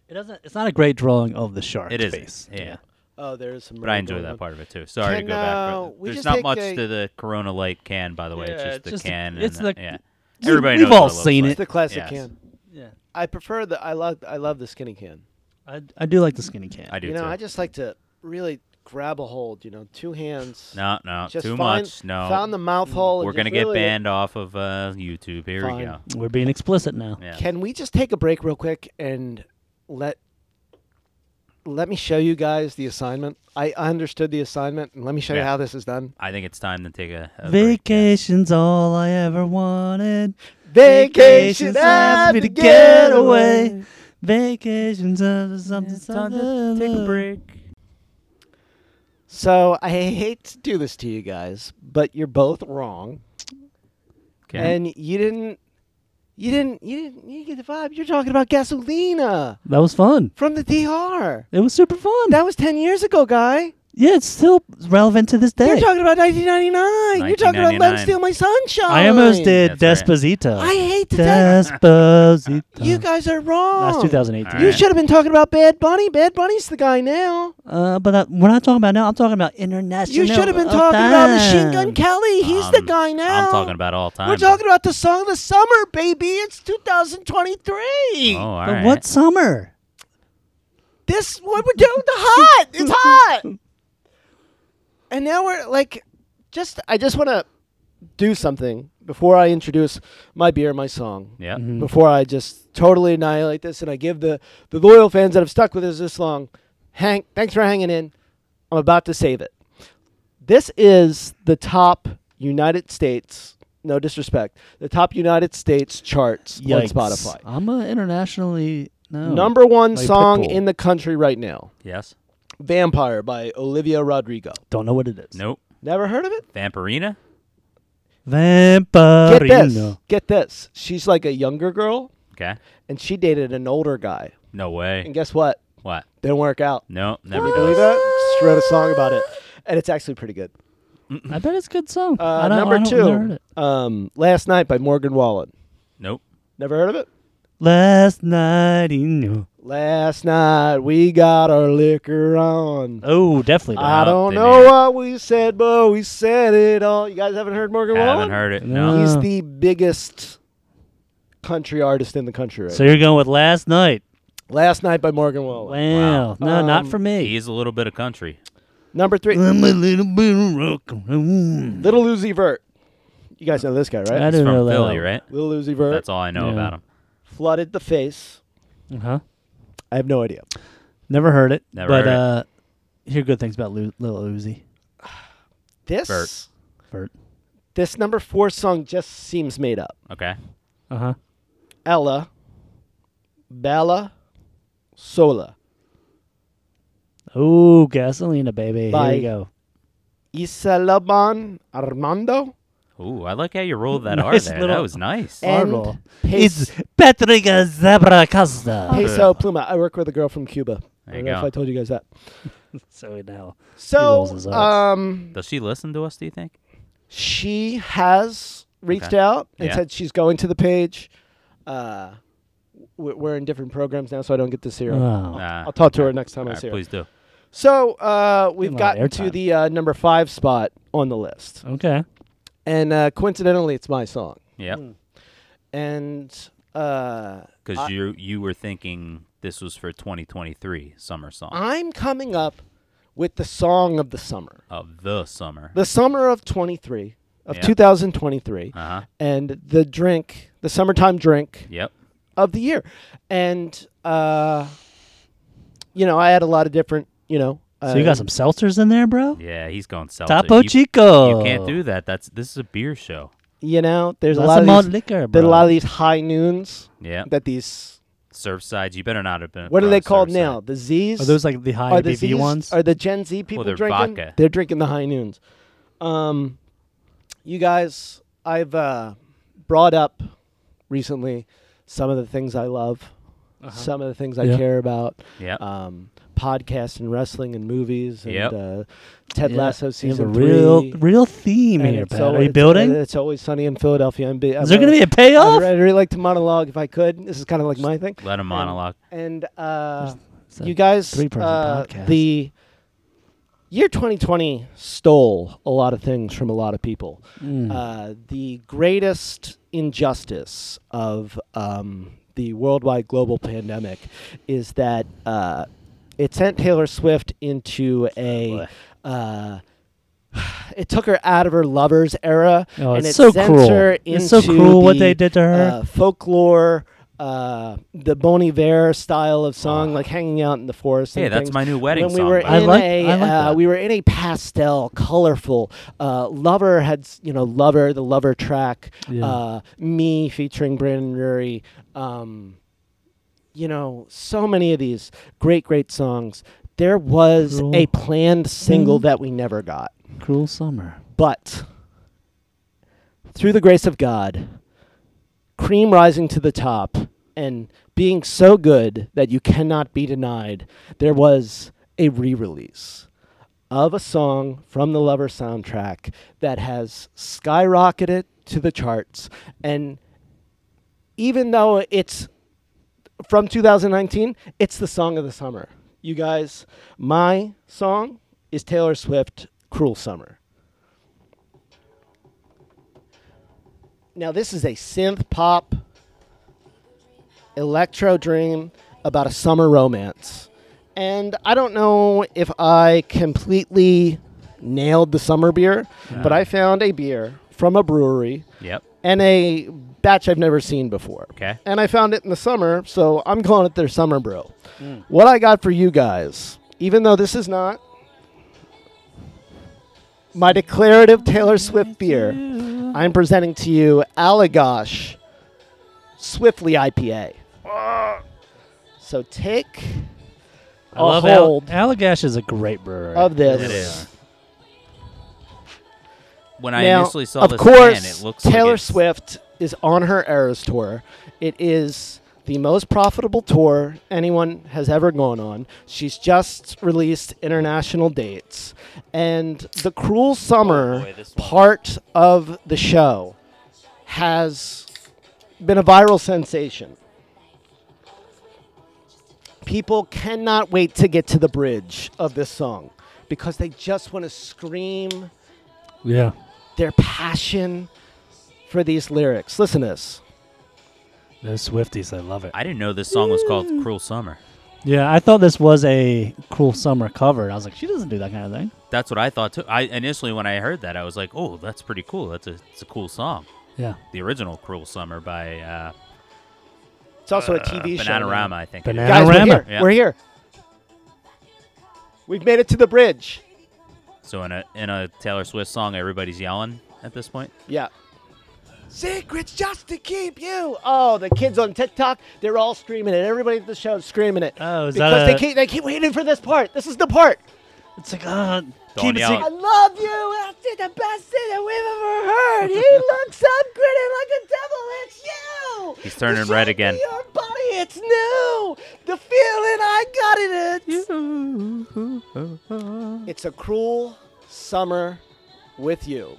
[SPEAKER 3] It doesn't. It's not a great drawing of the shark.
[SPEAKER 2] It is.
[SPEAKER 3] face.
[SPEAKER 2] Yeah.
[SPEAKER 1] Oh, there's some.
[SPEAKER 2] But I enjoy that part of it too. Sorry
[SPEAKER 1] Can,
[SPEAKER 2] to go back.
[SPEAKER 1] uh,
[SPEAKER 2] but
[SPEAKER 1] we
[SPEAKER 2] there's
[SPEAKER 1] just
[SPEAKER 2] not
[SPEAKER 1] take
[SPEAKER 2] much
[SPEAKER 1] a-
[SPEAKER 2] to the Corona Light can, by the way.
[SPEAKER 3] Yeah,
[SPEAKER 2] it's just
[SPEAKER 3] it's
[SPEAKER 2] the
[SPEAKER 3] just-
[SPEAKER 2] can.
[SPEAKER 3] it's
[SPEAKER 2] and the,
[SPEAKER 3] the-
[SPEAKER 2] yeah.
[SPEAKER 3] we-
[SPEAKER 2] Everybody
[SPEAKER 3] we've
[SPEAKER 2] knows what
[SPEAKER 3] all
[SPEAKER 2] looks
[SPEAKER 3] seen
[SPEAKER 2] like.
[SPEAKER 1] It's the classic
[SPEAKER 2] Yes.
[SPEAKER 1] can.
[SPEAKER 3] Yeah.
[SPEAKER 1] I prefer the. I love. I love the skinny can.
[SPEAKER 3] I, I do like the skinny cat.
[SPEAKER 2] I do
[SPEAKER 1] you know,
[SPEAKER 2] too.
[SPEAKER 1] I just like to really grab a hold. You know, two hands.
[SPEAKER 2] no, no,
[SPEAKER 1] just
[SPEAKER 2] too
[SPEAKER 1] find,
[SPEAKER 2] much. No,
[SPEAKER 1] Found the mouth hole. and
[SPEAKER 2] we're
[SPEAKER 1] just
[SPEAKER 2] gonna get
[SPEAKER 1] really-
[SPEAKER 2] banned off of uh, YouTube. Here we
[SPEAKER 1] Fine.
[SPEAKER 2] go.
[SPEAKER 3] We're being explicit now.
[SPEAKER 2] Yeah.
[SPEAKER 1] Can we just take a break real quick and let let me show you guys the assignment? I I understood the assignment, and let me show you
[SPEAKER 2] Yeah.
[SPEAKER 1] how this is done.
[SPEAKER 2] I think it's time to take a, a break.
[SPEAKER 3] Vacation's all I ever wanted.
[SPEAKER 1] Vacation
[SPEAKER 3] left
[SPEAKER 1] happy to get away.
[SPEAKER 3] Vacation's up something, something.
[SPEAKER 1] So I hate to do this to you guys, but you're both wrong,
[SPEAKER 2] Okay.
[SPEAKER 1] and you didn't. You didn't, you didn't. You didn't get the vibe. You're talking about gasolina
[SPEAKER 3] That was fun.
[SPEAKER 1] from the DR.
[SPEAKER 3] It was super fun.
[SPEAKER 1] That was ten years ago, guy.
[SPEAKER 3] Yeah, it's still relevant to this
[SPEAKER 1] You're
[SPEAKER 3] day.
[SPEAKER 1] talking about 1999. You're talking about Let 'Em
[SPEAKER 2] 1999.
[SPEAKER 1] Steal My Sunshine.
[SPEAKER 3] I almost did
[SPEAKER 2] That's right.
[SPEAKER 3] Despacito.
[SPEAKER 1] I hate to tell
[SPEAKER 3] Despacito.
[SPEAKER 1] you. You guys are wrong.
[SPEAKER 3] That's 2018.
[SPEAKER 2] All
[SPEAKER 1] You
[SPEAKER 2] right.
[SPEAKER 1] should have been talking about Bad Bunny. Bad Bunny's the guy now.
[SPEAKER 3] Uh, but uh, we're not talking about now. I'm talking about international.
[SPEAKER 1] You should have been
[SPEAKER 3] of
[SPEAKER 1] talking about Machine Gun
[SPEAKER 3] time.
[SPEAKER 1] Kelly. He's the
[SPEAKER 2] Oh, Um,
[SPEAKER 1] guy now.
[SPEAKER 2] I'm talking about all time.
[SPEAKER 1] We're talking about the song of the summer, baby. It's 2023.
[SPEAKER 2] Oh, all
[SPEAKER 3] But
[SPEAKER 2] right.
[SPEAKER 3] what summer?
[SPEAKER 1] This what we're doing. The hot. It's hot. And now we're like, just I just want to do something before I introduce my beer, my song.
[SPEAKER 2] Yeah.
[SPEAKER 3] Mm.
[SPEAKER 1] Before I just totally annihilate this, and I give the the loyal fans that have stuck with us this long, Hank, thanks for hanging in. I'm about to save it. This is the top United States. No disrespect. The top United States charts
[SPEAKER 3] Yikes.
[SPEAKER 1] on Spotify.
[SPEAKER 3] I'm a internationally no.
[SPEAKER 1] Number one
[SPEAKER 3] Like
[SPEAKER 1] song
[SPEAKER 3] Pitbull.
[SPEAKER 1] in the country right now.
[SPEAKER 2] Yes.
[SPEAKER 1] Vampire by Olivia Rodrigo.
[SPEAKER 3] Don't know what it is.
[SPEAKER 2] Nope.
[SPEAKER 1] Never heard of it?
[SPEAKER 2] Vampirina.
[SPEAKER 1] Get
[SPEAKER 3] Vampirino.
[SPEAKER 1] this. Get this. She's like a younger girl
[SPEAKER 2] Okay.
[SPEAKER 1] and she dated an older guy.
[SPEAKER 2] No
[SPEAKER 1] And
[SPEAKER 2] way.
[SPEAKER 1] guess what?
[SPEAKER 2] What?
[SPEAKER 1] Didn't work out.
[SPEAKER 2] No. Never
[SPEAKER 1] You
[SPEAKER 2] does.
[SPEAKER 1] believe that? She wrote a song about it. And it's actually pretty good.
[SPEAKER 3] I bet it's a good song.
[SPEAKER 1] Uh,
[SPEAKER 3] I don't,
[SPEAKER 1] number
[SPEAKER 3] I don't Never heard
[SPEAKER 1] two,
[SPEAKER 3] it.
[SPEAKER 1] um, Last Night by Morgan Wallen.
[SPEAKER 2] Nope.
[SPEAKER 1] Never heard of it?
[SPEAKER 3] Last night in you.
[SPEAKER 1] Last night we got our liquor on.
[SPEAKER 3] Oh, definitely.
[SPEAKER 1] I
[SPEAKER 2] up,
[SPEAKER 1] don't
[SPEAKER 2] they
[SPEAKER 1] know
[SPEAKER 2] did.
[SPEAKER 1] what we said, but we said it all. You guys haven't heard Morgan Wallen?
[SPEAKER 2] Haven't heard it. No.
[SPEAKER 1] He's
[SPEAKER 3] Oh.
[SPEAKER 1] the biggest country artist in the country right
[SPEAKER 3] so you're going with last night.
[SPEAKER 1] now. Last Night by Morgan Wallen.
[SPEAKER 3] Wow. No, not
[SPEAKER 1] Um,
[SPEAKER 3] for me.
[SPEAKER 2] He is a little bit of country.
[SPEAKER 1] Number three,
[SPEAKER 3] I'm a little bit of rock and roll.
[SPEAKER 1] Little Uzi Vert. You guys know this guy,
[SPEAKER 3] I
[SPEAKER 1] right?
[SPEAKER 2] He's
[SPEAKER 3] don't know
[SPEAKER 2] from
[SPEAKER 3] that
[SPEAKER 2] Philly,
[SPEAKER 3] one.
[SPEAKER 2] right?
[SPEAKER 1] Little Uzi Vert
[SPEAKER 2] That's all I know
[SPEAKER 3] Yeah.
[SPEAKER 2] about him.
[SPEAKER 1] flooded the face.
[SPEAKER 3] Uh-huh.
[SPEAKER 1] I have no idea.
[SPEAKER 3] Never heard it.
[SPEAKER 2] Never
[SPEAKER 3] but
[SPEAKER 2] heard it.
[SPEAKER 3] uh, hear good things about Lu- Lil Uzi.
[SPEAKER 1] This
[SPEAKER 2] Vert.
[SPEAKER 3] Vert.
[SPEAKER 1] this number four song just seems made up.
[SPEAKER 2] Okay.
[SPEAKER 3] Uh huh.
[SPEAKER 1] Ella, Bella, Sola,
[SPEAKER 3] Oh, Gasolina, baby. Here
[SPEAKER 1] Bye.
[SPEAKER 3] you go.
[SPEAKER 1] Isalaban Armando,
[SPEAKER 2] Ooh, I like how you rolled that
[SPEAKER 3] Nice
[SPEAKER 2] R there. That
[SPEAKER 3] little-
[SPEAKER 2] was nice.
[SPEAKER 1] Eh. And
[SPEAKER 3] Horrible.
[SPEAKER 1] Pace-
[SPEAKER 3] It's Patrick Zebra Costa.
[SPEAKER 1] Peso Pluma. I work with a girl from Cuba. I don't
[SPEAKER 2] There you
[SPEAKER 1] know if
[SPEAKER 2] go.
[SPEAKER 1] I told you guys that.
[SPEAKER 3] So now. rolls his
[SPEAKER 1] So,
[SPEAKER 3] eyes.
[SPEAKER 1] um,
[SPEAKER 2] Does she listen to us? Do you think?
[SPEAKER 1] she has reached
[SPEAKER 2] Okay.
[SPEAKER 1] out and
[SPEAKER 2] Yeah.
[SPEAKER 1] said she's going to the page. Uh, we- we're in different programs now, so I don't get to see her.
[SPEAKER 3] Oh.
[SPEAKER 2] Nah.
[SPEAKER 1] I'll talk to her next time
[SPEAKER 2] All
[SPEAKER 1] I
[SPEAKER 2] right,
[SPEAKER 1] see her.
[SPEAKER 2] please do.
[SPEAKER 1] So uh, we've
[SPEAKER 3] Give 'em a lot
[SPEAKER 1] gotten
[SPEAKER 3] of
[SPEAKER 1] to
[SPEAKER 3] airtime.
[SPEAKER 1] the uh, number five spot on the list,
[SPEAKER 3] Okay.
[SPEAKER 1] and uh, coincidentally, it's my song.
[SPEAKER 2] Yeah.
[SPEAKER 1] And uh,
[SPEAKER 2] Because
[SPEAKER 1] Hmm. I-
[SPEAKER 2] you you were thinking this was for 2023 summer song
[SPEAKER 1] I'm coming up with the song of the summer,
[SPEAKER 2] of the summer.
[SPEAKER 1] the summer of 23, of
[SPEAKER 2] Yeah.
[SPEAKER 1] 2023,
[SPEAKER 2] Uh huh.
[SPEAKER 1] and the drink, the summertime drink.
[SPEAKER 2] Yep.
[SPEAKER 1] of the year. And uh, you know, I had a lot of different, you know, uh,
[SPEAKER 3] So you got some seltzers in there, bro?
[SPEAKER 2] Yeah, he's going seltzer.
[SPEAKER 3] Tapo
[SPEAKER 2] you,
[SPEAKER 3] Chico.
[SPEAKER 2] you can't do that. That's this is a beer show.
[SPEAKER 1] you know, there's
[SPEAKER 3] That's
[SPEAKER 1] a
[SPEAKER 3] some
[SPEAKER 1] lot
[SPEAKER 3] old
[SPEAKER 1] of these,
[SPEAKER 3] liquor, bro.
[SPEAKER 1] there's a lot of these high noons
[SPEAKER 2] Yeah.
[SPEAKER 1] that these
[SPEAKER 2] Surfsides. You better not have been.
[SPEAKER 1] what are
[SPEAKER 2] on
[SPEAKER 1] they called
[SPEAKER 2] Surfside.
[SPEAKER 1] now? The Z's
[SPEAKER 3] Are those like the high
[SPEAKER 1] Are the
[SPEAKER 3] ABV
[SPEAKER 1] Z's
[SPEAKER 3] ones?
[SPEAKER 1] are the Gen Z people
[SPEAKER 2] they're
[SPEAKER 1] drinking?
[SPEAKER 2] vodka.
[SPEAKER 1] They're drinking the high noons. Um, you guys, I've uh, brought up recently some of the things I love, some of the things I
[SPEAKER 3] Uh-huh. Yeah.
[SPEAKER 1] care about.
[SPEAKER 2] Yeah.
[SPEAKER 1] um, podcasts and wrestling and movies and
[SPEAKER 2] Yep.
[SPEAKER 1] uh, Ted
[SPEAKER 3] Yeah.
[SPEAKER 1] Lasso
[SPEAKER 3] You have a
[SPEAKER 1] season
[SPEAKER 3] real,
[SPEAKER 1] three.
[SPEAKER 3] real theme
[SPEAKER 1] and
[SPEAKER 3] here,
[SPEAKER 1] it's
[SPEAKER 3] pal.
[SPEAKER 1] al-
[SPEAKER 3] Are you
[SPEAKER 1] it's-
[SPEAKER 3] building?
[SPEAKER 1] It's always sunny in Philadelphia. I'm be,
[SPEAKER 3] Is there going to be a payoff?
[SPEAKER 1] I'd re- I'd really like to monologue if I could. This is kind of like my thing.
[SPEAKER 2] Let him monologue.
[SPEAKER 1] And uh,
[SPEAKER 3] It's a
[SPEAKER 1] you guys,
[SPEAKER 3] three-person
[SPEAKER 1] uh,
[SPEAKER 3] podcast.
[SPEAKER 1] the year 2020 stole a lot of things from a lot of people.
[SPEAKER 3] Mm.
[SPEAKER 1] Uh, the greatest injustice of um, the worldwide global pandemic is that uh, it sent Taylor Swift into
[SPEAKER 3] Oh,
[SPEAKER 1] a. Uh, it took her out of her lovers era,
[SPEAKER 3] Oh,
[SPEAKER 1] and
[SPEAKER 3] it's
[SPEAKER 1] it
[SPEAKER 3] so
[SPEAKER 1] sent
[SPEAKER 3] cruel.
[SPEAKER 1] her into
[SPEAKER 3] It's so cruel what
[SPEAKER 1] the,
[SPEAKER 3] they did to her.
[SPEAKER 1] uh, folklore, uh, the Bon Iver style of song, like hanging out in the forest.
[SPEAKER 2] Hey,
[SPEAKER 1] and
[SPEAKER 2] that's
[SPEAKER 1] things.
[SPEAKER 2] my new wedding
[SPEAKER 1] when we
[SPEAKER 2] song,
[SPEAKER 1] Were
[SPEAKER 2] by
[SPEAKER 3] the
[SPEAKER 1] in a,
[SPEAKER 3] way. I like- I like
[SPEAKER 1] uh,
[SPEAKER 3] that.
[SPEAKER 1] we were in a pastel, colorful uh, lover had s- you know lover the lover track,
[SPEAKER 3] Yeah.
[SPEAKER 1] uh, me featuring Brandon Urie. Um, you know, so many of these great, great songs. There was
[SPEAKER 3] Cruel.
[SPEAKER 1] a planned single
[SPEAKER 3] Mhm.
[SPEAKER 1] that we never got.
[SPEAKER 3] cruel summer.
[SPEAKER 1] But through the grace of God, cream rising to the top and being so good that you cannot be denied, there was a re release of a song from the Lover soundtrack that has skyrocketed to the charts. And even though it's from 2019, it's the song of the summer. You guys, my song is Taylor Swift Cruel Summer. Now, this is a synth pop electro dream about a summer romance. And I don't know if I completely nailed the summer beer, but I found a beer from a brewery
[SPEAKER 2] Yep.
[SPEAKER 1] and a batch I've never seen before.
[SPEAKER 2] Okay.
[SPEAKER 1] And I found it in the summer, so I'm calling it their summer brew. What I got for you guys, even though this is not my declarative Taylor Swift beer, I'm presenting to you Allegosh Swiftly IPA. So take
[SPEAKER 3] I
[SPEAKER 1] a
[SPEAKER 3] love Al-
[SPEAKER 1] hold
[SPEAKER 3] Allagash is a great brewery.
[SPEAKER 1] of this.
[SPEAKER 2] It is. When I
[SPEAKER 1] Now,
[SPEAKER 2] initially saw
[SPEAKER 1] of
[SPEAKER 2] this
[SPEAKER 1] course,
[SPEAKER 2] can, it looks like
[SPEAKER 1] Taylor
[SPEAKER 2] it's-
[SPEAKER 1] Swift is on her Eras tour. It is the most profitable tour anyone has ever gone on. She's just released international dates, and the Cruel Summer
[SPEAKER 2] Oh, boy, this one.
[SPEAKER 1] part of the show has been a viral sensation. People cannot wait to get to the bridge of this song because they just want to scream
[SPEAKER 3] Yeah.
[SPEAKER 1] their passion for these lyrics. Listen to this.
[SPEAKER 3] Those Swifties, I love it.
[SPEAKER 2] I didn't know this song was called
[SPEAKER 1] Mm.
[SPEAKER 2] Cruel Summer.
[SPEAKER 3] yeah, I thought this was a Cruel Summer cover. and I was like, she doesn't do that kind of thing.
[SPEAKER 2] That's what I thought too. I initially when I heard that, I was like, "Oh, that's pretty cool. That's a it's a cool song."
[SPEAKER 3] Yeah.
[SPEAKER 2] The original "Cruel Summer" by uh,
[SPEAKER 1] It's also a
[SPEAKER 2] uh,
[SPEAKER 1] TV show. now.
[SPEAKER 2] Bananarama, I think. it is.
[SPEAKER 3] Banana-
[SPEAKER 1] Guys, we're
[SPEAKER 3] Bananarama.
[SPEAKER 1] here.
[SPEAKER 2] Yeah.
[SPEAKER 1] We're here. We've made it to the bridge.
[SPEAKER 2] So in a in a Taylor Swift song, everybody's yelling at this point.
[SPEAKER 1] Yeah. Secrets just to keep you. Oh, the kids on TikTok, they're all screaming it. Everybody at the show is screaming it.
[SPEAKER 3] Oh, is
[SPEAKER 1] because
[SPEAKER 3] that
[SPEAKER 1] they
[SPEAKER 3] a-
[SPEAKER 1] keep they keep waiting for this part. This is the part.
[SPEAKER 3] It's like,
[SPEAKER 1] uh,
[SPEAKER 3] ah,
[SPEAKER 2] Don't
[SPEAKER 3] keep it
[SPEAKER 2] yell.
[SPEAKER 3] secret.
[SPEAKER 1] I love you. That's the best thing that we've ever heard. He looks up grinning like a devil. It's you.
[SPEAKER 2] He's turning
[SPEAKER 1] The
[SPEAKER 2] red
[SPEAKER 1] shape
[SPEAKER 2] again.
[SPEAKER 1] of Your body, it's new. The feeling I got in it. It's a cruel summer with you.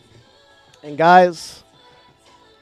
[SPEAKER 1] And guys,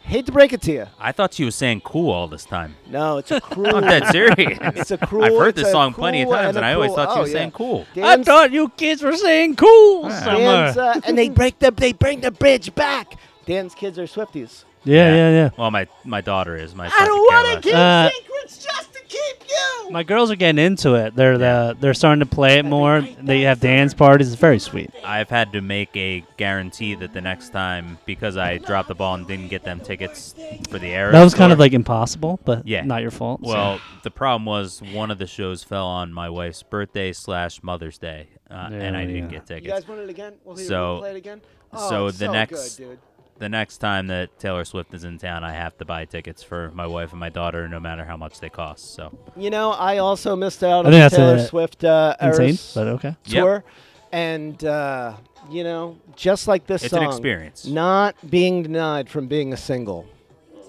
[SPEAKER 1] hate to break it to you.
[SPEAKER 2] I thought she was saying "cool" all this time.
[SPEAKER 1] No, it's a cruel.
[SPEAKER 2] I'm dead serious.
[SPEAKER 1] It's a cruel.
[SPEAKER 2] I've heard
[SPEAKER 1] it's
[SPEAKER 2] this
[SPEAKER 1] a
[SPEAKER 2] song plenty of
[SPEAKER 1] cruel
[SPEAKER 2] times, and
[SPEAKER 1] a
[SPEAKER 2] I always
[SPEAKER 1] cruel-
[SPEAKER 2] thought she
[SPEAKER 1] oh,
[SPEAKER 2] was
[SPEAKER 1] yeah.
[SPEAKER 2] saying "cool."
[SPEAKER 1] Dan's-
[SPEAKER 3] you kids were saying cool
[SPEAKER 2] Yeah.
[SPEAKER 1] Dan's, uh, and they break the they bring the bridge back. Dan's kids are Swifties.
[SPEAKER 3] yeah, yeah, yeah.
[SPEAKER 2] Well, my my daughter is. My
[SPEAKER 1] I don't
[SPEAKER 2] want
[SPEAKER 1] want to keep
[SPEAKER 3] Uh,
[SPEAKER 1] secrets just to keep you.
[SPEAKER 3] My girls are getting into it. They're
[SPEAKER 2] Yeah.
[SPEAKER 3] the they're starting to play it more. They have dance parties. It's very sweet.
[SPEAKER 2] I've had to make a guarantee that the next time, because I dropped the ball and didn't get them tickets for the era.
[SPEAKER 3] That was kind of like impossible, but
[SPEAKER 2] Yeah.
[SPEAKER 3] not your fault. so.
[SPEAKER 2] Well, the problem was one of the shows fell on my wife's birthday slash Mother's Day, uh, and I
[SPEAKER 3] Yeah,
[SPEAKER 2] didn't
[SPEAKER 3] yeah.
[SPEAKER 2] get tickets.
[SPEAKER 1] you guys want it again? We'll hear
[SPEAKER 2] So-
[SPEAKER 1] play it again. Oh,
[SPEAKER 2] so
[SPEAKER 1] it's
[SPEAKER 2] the
[SPEAKER 1] so
[SPEAKER 2] next-
[SPEAKER 1] good, dude.
[SPEAKER 2] the next time that Taylor Swift is in town, I have to buy tickets for my wife and my daughter, no matter how much they cost. So
[SPEAKER 1] You know, I also missed out
[SPEAKER 3] I
[SPEAKER 1] on
[SPEAKER 3] think
[SPEAKER 1] the
[SPEAKER 3] that's
[SPEAKER 1] Taylor
[SPEAKER 3] a-
[SPEAKER 1] Swift uh,
[SPEAKER 3] insane,
[SPEAKER 1] Eras
[SPEAKER 3] but okay.
[SPEAKER 2] Yep.
[SPEAKER 1] tour, and uh, you know, just like this
[SPEAKER 2] It's an
[SPEAKER 1] song,
[SPEAKER 2] experience.
[SPEAKER 1] Not being denied from being a single,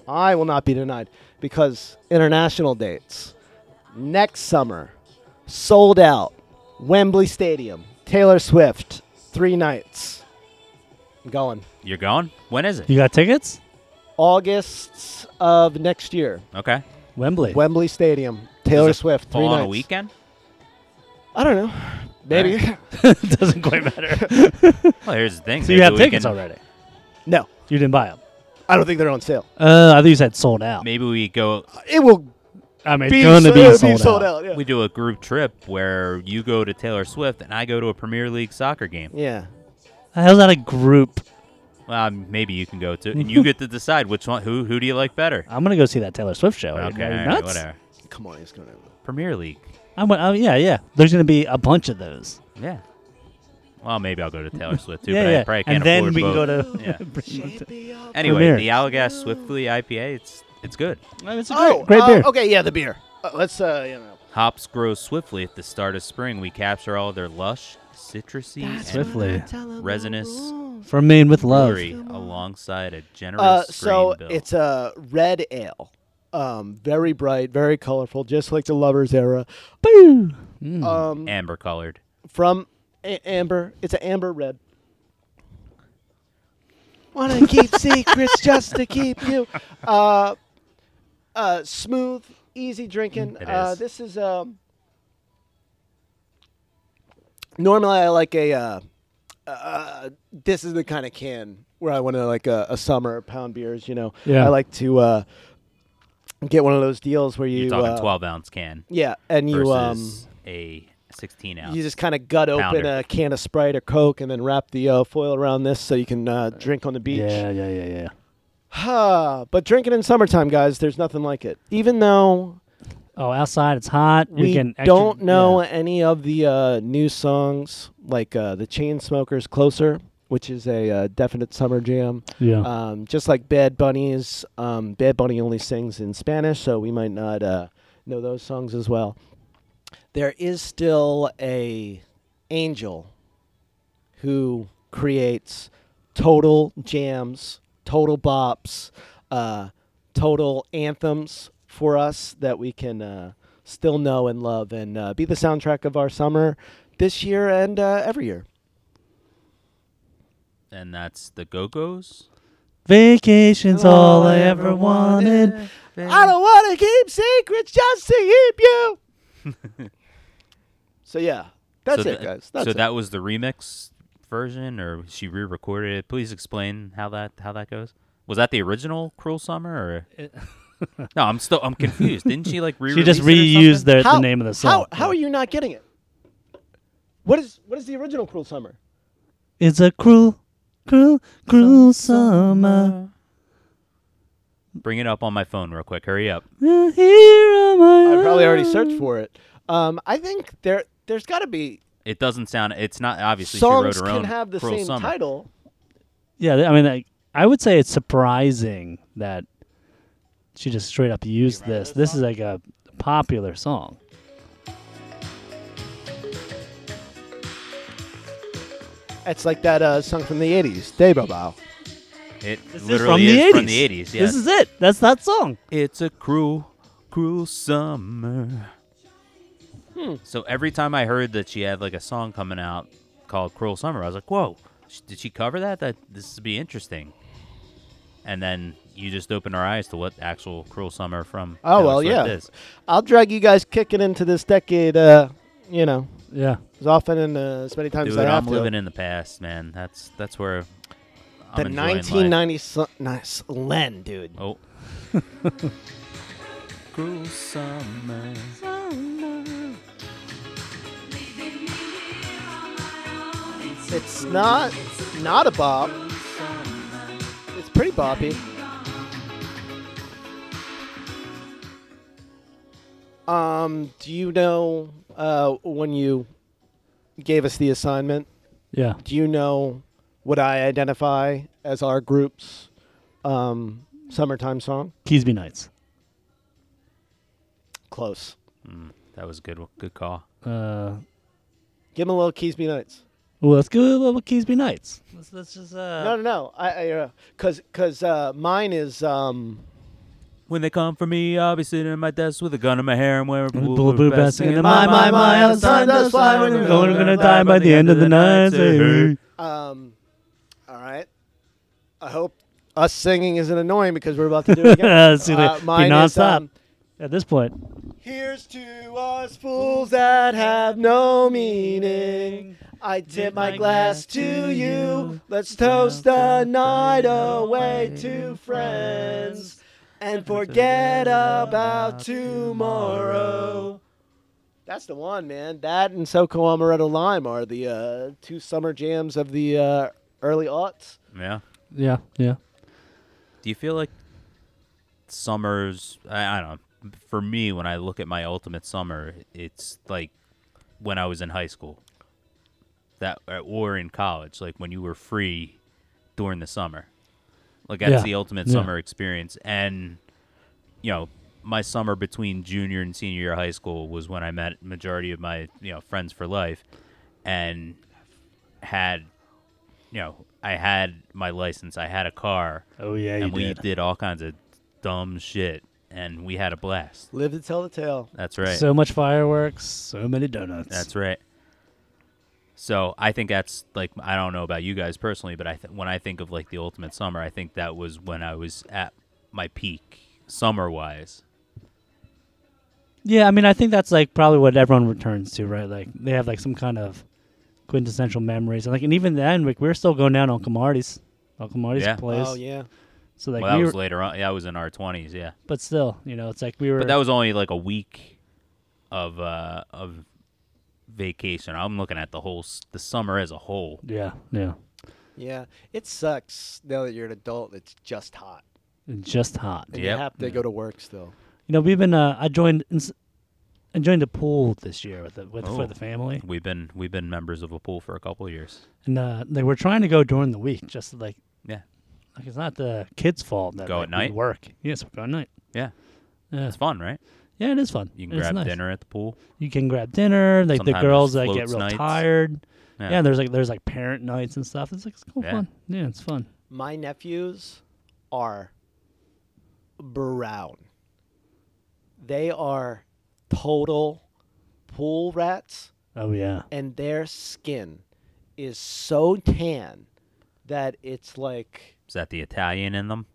[SPEAKER 1] I will not be denied because international dates next summer, sold out, Wembley Stadium, Taylor Swift, three nights. I'm going
[SPEAKER 2] you're going? When is it?
[SPEAKER 3] You got tickets?
[SPEAKER 1] August of next year,
[SPEAKER 2] Okay.
[SPEAKER 3] Wembley.
[SPEAKER 1] Wembley Stadium, Taylor
[SPEAKER 2] Does it
[SPEAKER 1] Swift, three
[SPEAKER 2] Fall on
[SPEAKER 1] nights.
[SPEAKER 2] a weekend?
[SPEAKER 1] I don't know. Maybe.
[SPEAKER 3] Doesn't quite matter.
[SPEAKER 2] Well, here's the thing.
[SPEAKER 3] so you
[SPEAKER 2] maybe
[SPEAKER 3] have
[SPEAKER 2] we
[SPEAKER 3] tickets
[SPEAKER 2] can-
[SPEAKER 3] already.
[SPEAKER 1] no,
[SPEAKER 3] You didn't buy them.
[SPEAKER 1] I don't think they're on sale.
[SPEAKER 3] Uh, I think you said sold out.
[SPEAKER 2] Maybe we go.
[SPEAKER 1] It will
[SPEAKER 3] I mean,
[SPEAKER 1] be,
[SPEAKER 3] it's going to
[SPEAKER 1] so-
[SPEAKER 3] be
[SPEAKER 1] it'll
[SPEAKER 3] sold, out.
[SPEAKER 1] yeah.
[SPEAKER 2] We do a group trip where you go to Taylor Swift and I go to a Premier League soccer game.
[SPEAKER 1] yeah.
[SPEAKER 3] How's that a group?
[SPEAKER 2] Well, um, maybe you can go to, and you get to decide which one. Who who do you like better?
[SPEAKER 3] I'm gonna go see Oh, that Taylor Swift show. Are you-
[SPEAKER 2] Okay,
[SPEAKER 3] are you
[SPEAKER 2] all right,
[SPEAKER 3] nuts?
[SPEAKER 2] whatever.
[SPEAKER 1] Come on, he's gonna.
[SPEAKER 2] Premier League.
[SPEAKER 3] I'm, gonna- oh, yeah, yeah. There's gonna be a bunch of those.
[SPEAKER 2] Yeah. Well, maybe I'll go to Taylor Swift too,
[SPEAKER 3] yeah,
[SPEAKER 2] but
[SPEAKER 3] yeah.
[SPEAKER 2] I probably can't
[SPEAKER 3] and then
[SPEAKER 2] afford
[SPEAKER 3] we can go
[SPEAKER 2] both.
[SPEAKER 3] to.
[SPEAKER 2] Yeah.
[SPEAKER 1] Anyway,
[SPEAKER 2] Anyway,
[SPEAKER 3] Premier.
[SPEAKER 2] the Allagash Swiftly IPA, it's it's good.
[SPEAKER 3] it's a great,
[SPEAKER 1] oh,
[SPEAKER 3] great
[SPEAKER 1] uh,
[SPEAKER 3] beer.
[SPEAKER 1] Okay, yeah, the beer. Uh, let's uh, you know.
[SPEAKER 2] Hops grow swiftly at the start of spring. We capture all their lush, citrusy, and
[SPEAKER 3] Swiftly
[SPEAKER 2] resinous
[SPEAKER 3] from Maine with love.
[SPEAKER 2] brewery alongside a generous
[SPEAKER 1] Uh,
[SPEAKER 2] green
[SPEAKER 1] so
[SPEAKER 2] bill.
[SPEAKER 1] it's a red ale. Um, very bright, very colorful, just like the Lovers era.
[SPEAKER 3] Boo.
[SPEAKER 1] Um,
[SPEAKER 2] amber colored.
[SPEAKER 1] from a- amber. It's an amber red. Wanna keep secrets just to keep you. Uh, uh, smooth, easy drinking.
[SPEAKER 2] It
[SPEAKER 1] Uh,
[SPEAKER 2] is.
[SPEAKER 1] This is um. Normally, I like a. Uh, uh, this is the kind of can where I want to like uh, a, a summer pound beers. You know,
[SPEAKER 5] Yeah.
[SPEAKER 1] I like to uh, get one of those deals where you
[SPEAKER 2] You're talking
[SPEAKER 1] uh,
[SPEAKER 2] 12 ounce can
[SPEAKER 1] Yeah, and you um,
[SPEAKER 2] versus a 16 ounce.
[SPEAKER 1] you just kind of gut open
[SPEAKER 2] Pounder.
[SPEAKER 1] a can of Sprite or Coke, and then wrap the uh, foil around this so you can uh, drink on the beach.
[SPEAKER 3] Yeah, yeah, yeah, yeah.
[SPEAKER 1] Huh. But drinking in summertime, guys, there's nothing like it. Even though
[SPEAKER 5] Oh, outside it's hot.
[SPEAKER 1] we
[SPEAKER 5] you can extra-
[SPEAKER 1] don't know
[SPEAKER 5] yeah.
[SPEAKER 1] any of the uh, new songs, like uh, the Chainsmokers' "Closer," which is a uh, definite summer jam.
[SPEAKER 5] Yeah.
[SPEAKER 1] Um, just like Bad Bunny's, um, Bad Bunny only sings in Spanish, so we might not uh, know those songs as well. There is still a angel who creates total jams, total bops, uh, total anthems for us that we can uh, still know and love and uh, be the soundtrack of our summer this year and uh, every year.
[SPEAKER 2] and that's the Go Go's.
[SPEAKER 5] Vacation's all I ever wanted.
[SPEAKER 1] I don't want to keep secrets just to keep you. so yeah, that's
[SPEAKER 2] so
[SPEAKER 1] it,
[SPEAKER 2] tha-
[SPEAKER 1] guys. That's
[SPEAKER 2] so
[SPEAKER 1] it.
[SPEAKER 2] that was the remix version, or she re-recorded it. Please explain how that how that goes. Was that the original "Cruel Summer"? Or no, I'm still I'm confused. Didn't she like re?
[SPEAKER 5] She just reused the,
[SPEAKER 1] How-
[SPEAKER 5] the name of the song.
[SPEAKER 1] How, how are you not getting it? What is what is the original "Cruel Summer"?
[SPEAKER 5] It's a cruel, cruel, cruel summer.
[SPEAKER 2] Bring it up on my phone real quick. Hurry up.
[SPEAKER 5] The hero of my
[SPEAKER 1] I probably already
[SPEAKER 5] life.
[SPEAKER 1] searched for it. Um, I think there there's got to be
[SPEAKER 2] It doesn't sound. It's not obviously.
[SPEAKER 1] songs
[SPEAKER 2] she wrote her
[SPEAKER 1] can
[SPEAKER 2] own
[SPEAKER 1] have the
[SPEAKER 2] "Cruel
[SPEAKER 1] same
[SPEAKER 2] Summer."
[SPEAKER 1] title.
[SPEAKER 5] Yeah, th- I mean, like, I would say it's surprising that she just straight up used this. This is like a popular song.
[SPEAKER 1] It's like that uh, song from the '80s, "Day Bow."
[SPEAKER 2] It
[SPEAKER 5] This
[SPEAKER 2] literally
[SPEAKER 5] is
[SPEAKER 2] is from the 80s. Yes.
[SPEAKER 5] This is it. That's that song.
[SPEAKER 2] It's a cruel, cruel summer.
[SPEAKER 1] Hmm.
[SPEAKER 2] So every time I heard that she had like a song coming out called "Cruel Summer," I was like, "Whoa, sh- did she cover that? That this would be interesting." And then you just open our eyes to what actual "Cruel Summer" from.
[SPEAKER 1] Oh
[SPEAKER 2] Taylor
[SPEAKER 1] well,
[SPEAKER 2] Swift
[SPEAKER 1] yeah.
[SPEAKER 2] Is.
[SPEAKER 1] I'll drag you guys kicking into this decade. Uh, you know,
[SPEAKER 5] Yeah.
[SPEAKER 1] as often and uh, as many times
[SPEAKER 2] Dude,
[SPEAKER 1] as I have
[SPEAKER 2] I'm
[SPEAKER 1] to.
[SPEAKER 2] living in the past, man. That's that's where I'm
[SPEAKER 1] the
[SPEAKER 2] enjoying life.
[SPEAKER 1] 1990 su- nice Len, dude.
[SPEAKER 2] Oh. Cruel summer.
[SPEAKER 1] It's not not a bop. It's pretty boppy. Um, do you know uh, when you gave us the assignment?
[SPEAKER 5] Yeah.
[SPEAKER 1] Do you know what I identify as our group's um, summertime song?
[SPEAKER 5] Keysby Nights.
[SPEAKER 1] Close.
[SPEAKER 2] That was a good one- good call.
[SPEAKER 5] Uh,
[SPEAKER 1] Give him a little Keys Be Nights.
[SPEAKER 5] well, let's go with little Keysby Nights. Let's, let's just. Uh,
[SPEAKER 1] No, no, no. I, I uh, cause, cause uh, mine is um,
[SPEAKER 2] When they come for me, I'll be sitting at my desk with a gun in my hair and wearing
[SPEAKER 5] Blue,
[SPEAKER 2] blue,
[SPEAKER 5] blue, blue vest, singing
[SPEAKER 2] singing,
[SPEAKER 5] my, my, my, how the time does fly when you're going, gonna die by the end of the night. Say, hey.
[SPEAKER 1] um. All right. I hope us singing isn't annoying because we're about to do it again. Uh,
[SPEAKER 5] It's gonna be
[SPEAKER 1] mine is,
[SPEAKER 5] nonstop.
[SPEAKER 1] um,
[SPEAKER 5] At this point,
[SPEAKER 1] Here's to us fools that have no meaning. I tip my glass to you. Let's toast the night away to friends and forget about tomorrow. That's the one, man. That and Soco Amaretto Lime are the uh, two summer jams of the uh, early aughts.
[SPEAKER 2] Yeah.
[SPEAKER 5] yeah, yeah.
[SPEAKER 2] Do you feel like summers? I, I don't know. For me, when I look at my ultimate summer, it's like when I was in high school, that uh, or in college, like when you were free during the summer. Like that's
[SPEAKER 5] Yeah.
[SPEAKER 2] the ultimate
[SPEAKER 5] Yeah.
[SPEAKER 2] summer experience, and you know, my summer between junior and senior year of high school was when I met majority of my you know friends for life, and had you know I had my license, I had a car,
[SPEAKER 3] Oh yeah, you
[SPEAKER 2] and we
[SPEAKER 3] did.
[SPEAKER 2] did all kinds of dumb shit, and we had a blast.
[SPEAKER 1] Live to tell the tale.
[SPEAKER 2] That's right.
[SPEAKER 5] So much fireworks, so many donuts.
[SPEAKER 2] That's right. So I think that's like I don't know about you guys personally, but I th- when I think of like the ultimate summer, I think that was when I was at my peak summer wise.
[SPEAKER 3] Yeah, I mean, I think that's like probably what everyone returns to, right? Like they have like some kind of quintessential memories, and like, and even then, like we're still going down on Camardi's, Uncle Marty's
[SPEAKER 2] Yeah.
[SPEAKER 3] place.
[SPEAKER 1] Oh yeah.
[SPEAKER 3] So like
[SPEAKER 2] well, that
[SPEAKER 3] we were,
[SPEAKER 2] was later on. Yeah, I was in our twenties. Yeah,
[SPEAKER 3] but still, you know, it's like we were.
[SPEAKER 2] but that was only like a week of uh of vacation. I'm looking at the whole s- the summer as a whole.
[SPEAKER 3] yeah, yeah,
[SPEAKER 1] Yeah. It sucks now that you're an adult. It's just hot,
[SPEAKER 3] and just hot.
[SPEAKER 1] and you
[SPEAKER 2] Yep.
[SPEAKER 1] have to go to work still.
[SPEAKER 3] You know, we've been. Uh, I joined. ins- I joined a pool this year with the with
[SPEAKER 2] Oh.
[SPEAKER 3] for the family,
[SPEAKER 2] We've been we've been members of a pool for a couple of years.
[SPEAKER 3] and uh, they were trying to go during the week, just like
[SPEAKER 2] Yeah,
[SPEAKER 3] like it's not the kids' fault that
[SPEAKER 2] Go
[SPEAKER 3] like,
[SPEAKER 2] at
[SPEAKER 3] we
[SPEAKER 2] night?
[SPEAKER 3] work. Yes, we go at night.
[SPEAKER 2] yeah,
[SPEAKER 3] Yeah,
[SPEAKER 2] it's fun, right?
[SPEAKER 3] yeah, it is fun.
[SPEAKER 2] You can
[SPEAKER 3] It's
[SPEAKER 2] grab
[SPEAKER 3] nice.
[SPEAKER 2] dinner at the pool.
[SPEAKER 3] You can grab dinner. Like
[SPEAKER 2] Sometimes
[SPEAKER 3] the girls
[SPEAKER 2] there's
[SPEAKER 3] like get
[SPEAKER 2] floats
[SPEAKER 3] real
[SPEAKER 2] nights.
[SPEAKER 3] tired.
[SPEAKER 2] Yeah.
[SPEAKER 3] Yeah. there's like there's like parent nights and stuff. It's like it's cool
[SPEAKER 2] Yeah.
[SPEAKER 3] fun. Yeah, it's fun.
[SPEAKER 1] My nephews are brown. They are total pool rats,
[SPEAKER 3] Oh yeah.
[SPEAKER 1] and their skin is so tan that it's like
[SPEAKER 2] Is that the Italian in them?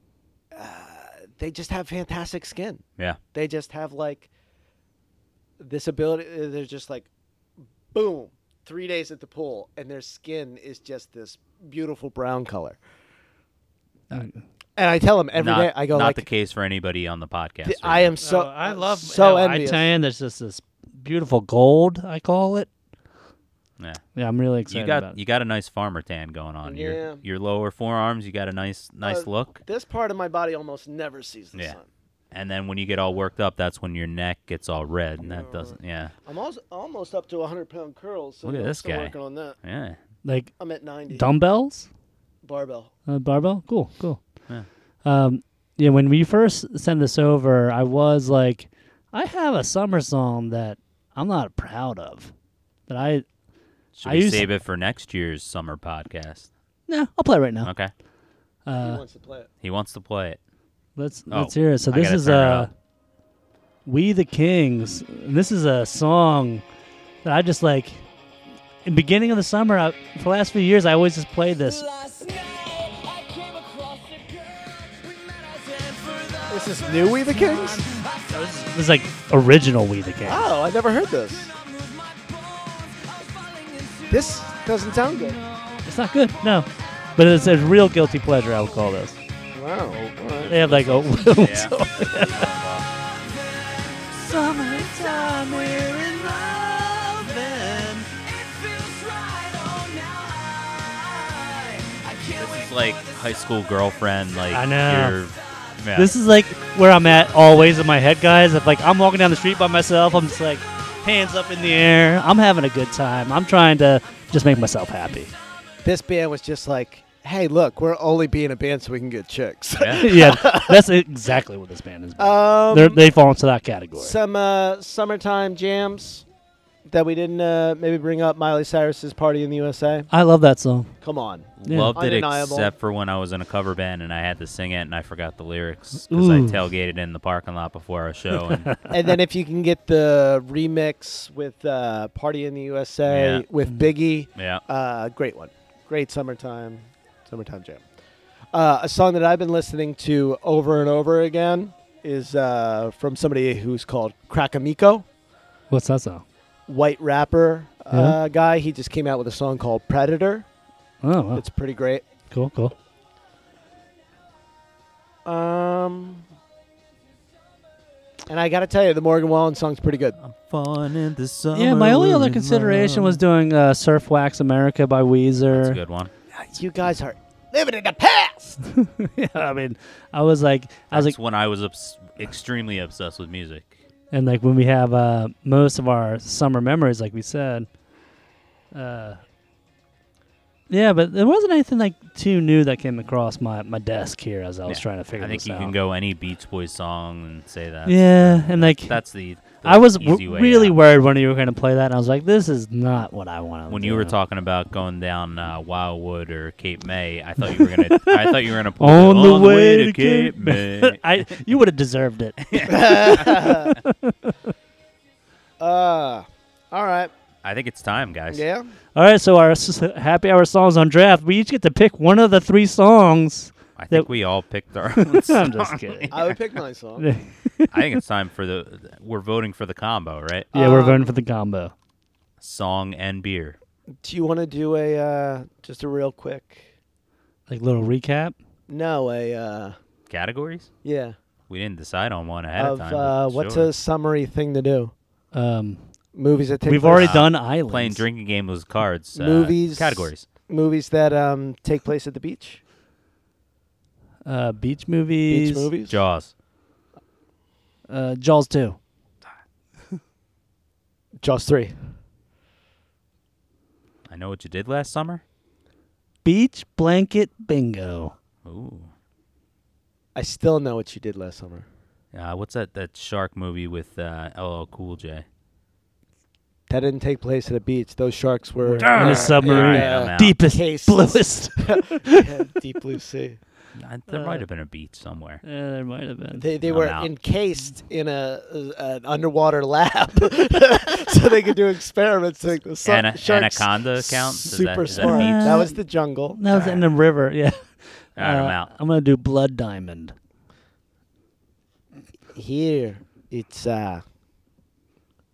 [SPEAKER 1] they just have fantastic skin.
[SPEAKER 2] Yeah.
[SPEAKER 1] They just have like this ability. uh, They're just like, boom, three days at the pool, and their skin is just this beautiful brown color. And I tell them every day.
[SPEAKER 2] not,
[SPEAKER 1] I go
[SPEAKER 2] not
[SPEAKER 1] like,
[SPEAKER 2] the case for anybody on the podcast.
[SPEAKER 1] "Th-
[SPEAKER 2] right
[SPEAKER 1] I
[SPEAKER 2] now.
[SPEAKER 1] am so
[SPEAKER 3] Oh, I love
[SPEAKER 1] so
[SPEAKER 3] how
[SPEAKER 1] envious.
[SPEAKER 3] I tan. There's just this beautiful gold. I call it.
[SPEAKER 2] Yeah.
[SPEAKER 3] Yeah, I'm really
[SPEAKER 2] You
[SPEAKER 3] excited
[SPEAKER 2] got
[SPEAKER 3] about. It.
[SPEAKER 2] you got a nice farmer tan going on.
[SPEAKER 1] Yeah.
[SPEAKER 2] Your your lower forearms, you got a nice nice
[SPEAKER 1] Uh,
[SPEAKER 2] look.
[SPEAKER 1] this part of my body almost never sees the
[SPEAKER 2] Yeah.
[SPEAKER 1] sun.
[SPEAKER 2] And then when you get all worked up, that's when your neck gets all red, and that doesn't. Yeah.
[SPEAKER 1] I'm also, almost up to 100 pound curls. So
[SPEAKER 2] Look at
[SPEAKER 1] I'm
[SPEAKER 2] this
[SPEAKER 1] still
[SPEAKER 2] guy.
[SPEAKER 1] working on that.
[SPEAKER 2] Yeah.
[SPEAKER 3] Like
[SPEAKER 1] I'm at 90
[SPEAKER 3] dumbbells,
[SPEAKER 1] barbell.
[SPEAKER 3] uh, barbell. Cool, cool.
[SPEAKER 2] Yeah.
[SPEAKER 3] Um, yeah. When we first sent this over, I was like, I have a summer song that I'm not proud of, but I
[SPEAKER 2] Should
[SPEAKER 3] I
[SPEAKER 2] we
[SPEAKER 3] used-
[SPEAKER 2] save it for next year's summer podcast?
[SPEAKER 3] nah, I'll play it right now.
[SPEAKER 2] Okay.
[SPEAKER 1] he
[SPEAKER 3] Uh,
[SPEAKER 1] wants to play it.
[SPEAKER 2] He wants to play it.
[SPEAKER 3] Let's
[SPEAKER 2] Oh,
[SPEAKER 3] let's hear it. So
[SPEAKER 2] I
[SPEAKER 3] this
[SPEAKER 2] gotta
[SPEAKER 3] is
[SPEAKER 2] turn it
[SPEAKER 3] uh
[SPEAKER 2] up.
[SPEAKER 3] We the Kings. And this is a song that I just like in beginning of the summer I, for the last few years I always just played this.
[SPEAKER 1] Is this new We the Kings?
[SPEAKER 3] This is like original We the Kings.
[SPEAKER 2] Ah.
[SPEAKER 1] Oh, I never heard this. This doesn't sound good.
[SPEAKER 3] It's not good. No. But it's a real guilty pleasure I would call this.
[SPEAKER 1] Wow. all right.
[SPEAKER 3] They have like a
[SPEAKER 2] It's like high school girlfriend. Like
[SPEAKER 3] I know.
[SPEAKER 2] Your, yeah.
[SPEAKER 3] This is like where I'm at always in my head, guys. If like I'm walking down the street by myself, I'm just like hands up in the air. I'm having a good time. I'm trying to just make myself happy.
[SPEAKER 1] This band was just like, hey, look, we're only being a band so we can get chicks.
[SPEAKER 2] yeah.
[SPEAKER 3] yeah, that's exactly what this band is. about.
[SPEAKER 1] um,
[SPEAKER 3] They're, they fall into that category.
[SPEAKER 1] some uh, summertime jams that we didn't uh, maybe bring up. Miley Cyrus's Party in the USA.
[SPEAKER 3] I love that song.
[SPEAKER 1] Come on.
[SPEAKER 3] Yeah.
[SPEAKER 2] Loved it
[SPEAKER 1] Undeniable.
[SPEAKER 2] except for when I was in a cover band and I had to sing it and I forgot the lyrics because I
[SPEAKER 3] Ooh.
[SPEAKER 2] tailgated in the parking lot before our show and
[SPEAKER 1] and then if you can get the remix with uh, Party in the USA
[SPEAKER 2] Yeah.
[SPEAKER 3] Mm-hmm.
[SPEAKER 1] with Biggie,
[SPEAKER 2] yeah.
[SPEAKER 1] uh, great one. Great summertime, summertime jam. Uh, a song that I've been listening to over and over again is uh, from somebody who's called Krakamiko.
[SPEAKER 3] What's that song?
[SPEAKER 1] white rapper uh,
[SPEAKER 3] Yeah.
[SPEAKER 1] guy. He just came out with a song called Predator.
[SPEAKER 3] Oh, wow.
[SPEAKER 1] It's pretty great.
[SPEAKER 3] cool, cool.
[SPEAKER 1] Um, and I got to tell you, the Morgan Wallen song's pretty good.
[SPEAKER 2] Fun in the summer.
[SPEAKER 3] Yeah, my only other
[SPEAKER 2] we're in
[SPEAKER 3] consideration was
[SPEAKER 2] love.
[SPEAKER 3] doing uh, "Surf Wax America" by
[SPEAKER 2] That's a
[SPEAKER 3] Weezer.
[SPEAKER 2] good one.
[SPEAKER 1] You guys are living in the past.
[SPEAKER 3] yeah, I mean, I was like, I was
[SPEAKER 2] That's
[SPEAKER 3] like,
[SPEAKER 2] when I was obs- extremely obsessed with music.
[SPEAKER 3] and like when we have uh, most of our summer memories, like we said. Uh, yeah, but there wasn't anything like too new that came across my, my desk here as I was
[SPEAKER 2] Yeah.
[SPEAKER 3] trying to figure
[SPEAKER 2] I think
[SPEAKER 3] this
[SPEAKER 2] you
[SPEAKER 3] out.
[SPEAKER 2] can go any Beach Boys song and say that.
[SPEAKER 3] yeah, and like
[SPEAKER 2] that's the. the
[SPEAKER 3] I was
[SPEAKER 2] easy
[SPEAKER 3] w-
[SPEAKER 2] way
[SPEAKER 3] really
[SPEAKER 2] out.
[SPEAKER 3] worried when you were going to play that, and I was like, "This is not what I want."
[SPEAKER 2] when you were talking about going down uh, Wildwood or Cape May. I thought you were gonna. I thought you were gonna pull
[SPEAKER 3] on,
[SPEAKER 2] the, on way, to Cape May.
[SPEAKER 3] I you would have deserved it.
[SPEAKER 1] Uh, all right.
[SPEAKER 2] I think it's time, guys.
[SPEAKER 1] Yeah.
[SPEAKER 3] All right, so our s- happy hour songs on draft. We each get to pick one of the three songs.
[SPEAKER 2] I think
[SPEAKER 3] That-
[SPEAKER 2] we all picked our own
[SPEAKER 3] I'm
[SPEAKER 2] song.
[SPEAKER 3] just kidding.
[SPEAKER 1] I would pick my song.
[SPEAKER 3] yeah,
[SPEAKER 2] I think it's time for the we're voting for the combo, right?
[SPEAKER 3] we're voting for the combo.
[SPEAKER 2] Song and beer.
[SPEAKER 1] Do you want to do a uh, just a real quick?
[SPEAKER 3] Like little recap.
[SPEAKER 1] No, a uh,
[SPEAKER 2] Categories?
[SPEAKER 1] yeah.
[SPEAKER 2] We didn't decide on one ahead
[SPEAKER 1] of
[SPEAKER 2] of time.
[SPEAKER 1] uh,
[SPEAKER 2] but
[SPEAKER 1] what's
[SPEAKER 2] sure.
[SPEAKER 1] a summary thing to do?
[SPEAKER 3] Um,
[SPEAKER 1] Movies that take
[SPEAKER 3] we've
[SPEAKER 1] place-
[SPEAKER 3] already
[SPEAKER 2] Uh,
[SPEAKER 3] done islands.
[SPEAKER 2] playing drinking game with cards? uh,
[SPEAKER 1] Movies.
[SPEAKER 2] categories.
[SPEAKER 1] movies that um, take place at the beach.
[SPEAKER 3] Uh, beach movies.
[SPEAKER 1] beach movies.
[SPEAKER 2] Jaws.
[SPEAKER 3] Uh, Jaws two.
[SPEAKER 1] Jaws three.
[SPEAKER 2] I know what you did last summer.
[SPEAKER 3] Beach blanket bingo.
[SPEAKER 2] Ooh.
[SPEAKER 1] I still know what you did last summer.
[SPEAKER 2] Uh, what's that that shark movie with uh, LL Cool J?
[SPEAKER 1] That didn't take place at a beach. Those sharks were
[SPEAKER 3] In a submarine.
[SPEAKER 1] Yeah.
[SPEAKER 2] I'm Ah, out.
[SPEAKER 3] Deepest,
[SPEAKER 1] Cases.
[SPEAKER 3] bluest.
[SPEAKER 1] in deep blue sea.
[SPEAKER 2] I- there
[SPEAKER 3] Uh,
[SPEAKER 2] might have been a beach somewhere.
[SPEAKER 3] Yeah, there might have been.
[SPEAKER 1] They they
[SPEAKER 2] I'm
[SPEAKER 1] were
[SPEAKER 2] out.
[SPEAKER 1] encased in a uh, an underwater lab, so they could do experiments. Like the su-
[SPEAKER 2] Ana-
[SPEAKER 1] sharks
[SPEAKER 2] Anaconda count? Is that-
[SPEAKER 1] super
[SPEAKER 2] is that
[SPEAKER 1] smart.
[SPEAKER 3] beach?
[SPEAKER 1] That was the jungle.
[SPEAKER 3] That was in the river. Yeah.
[SPEAKER 2] All right, I'm
[SPEAKER 3] Uh,
[SPEAKER 2] out.
[SPEAKER 3] I'm gonna do blood diamond.
[SPEAKER 1] Here it's uh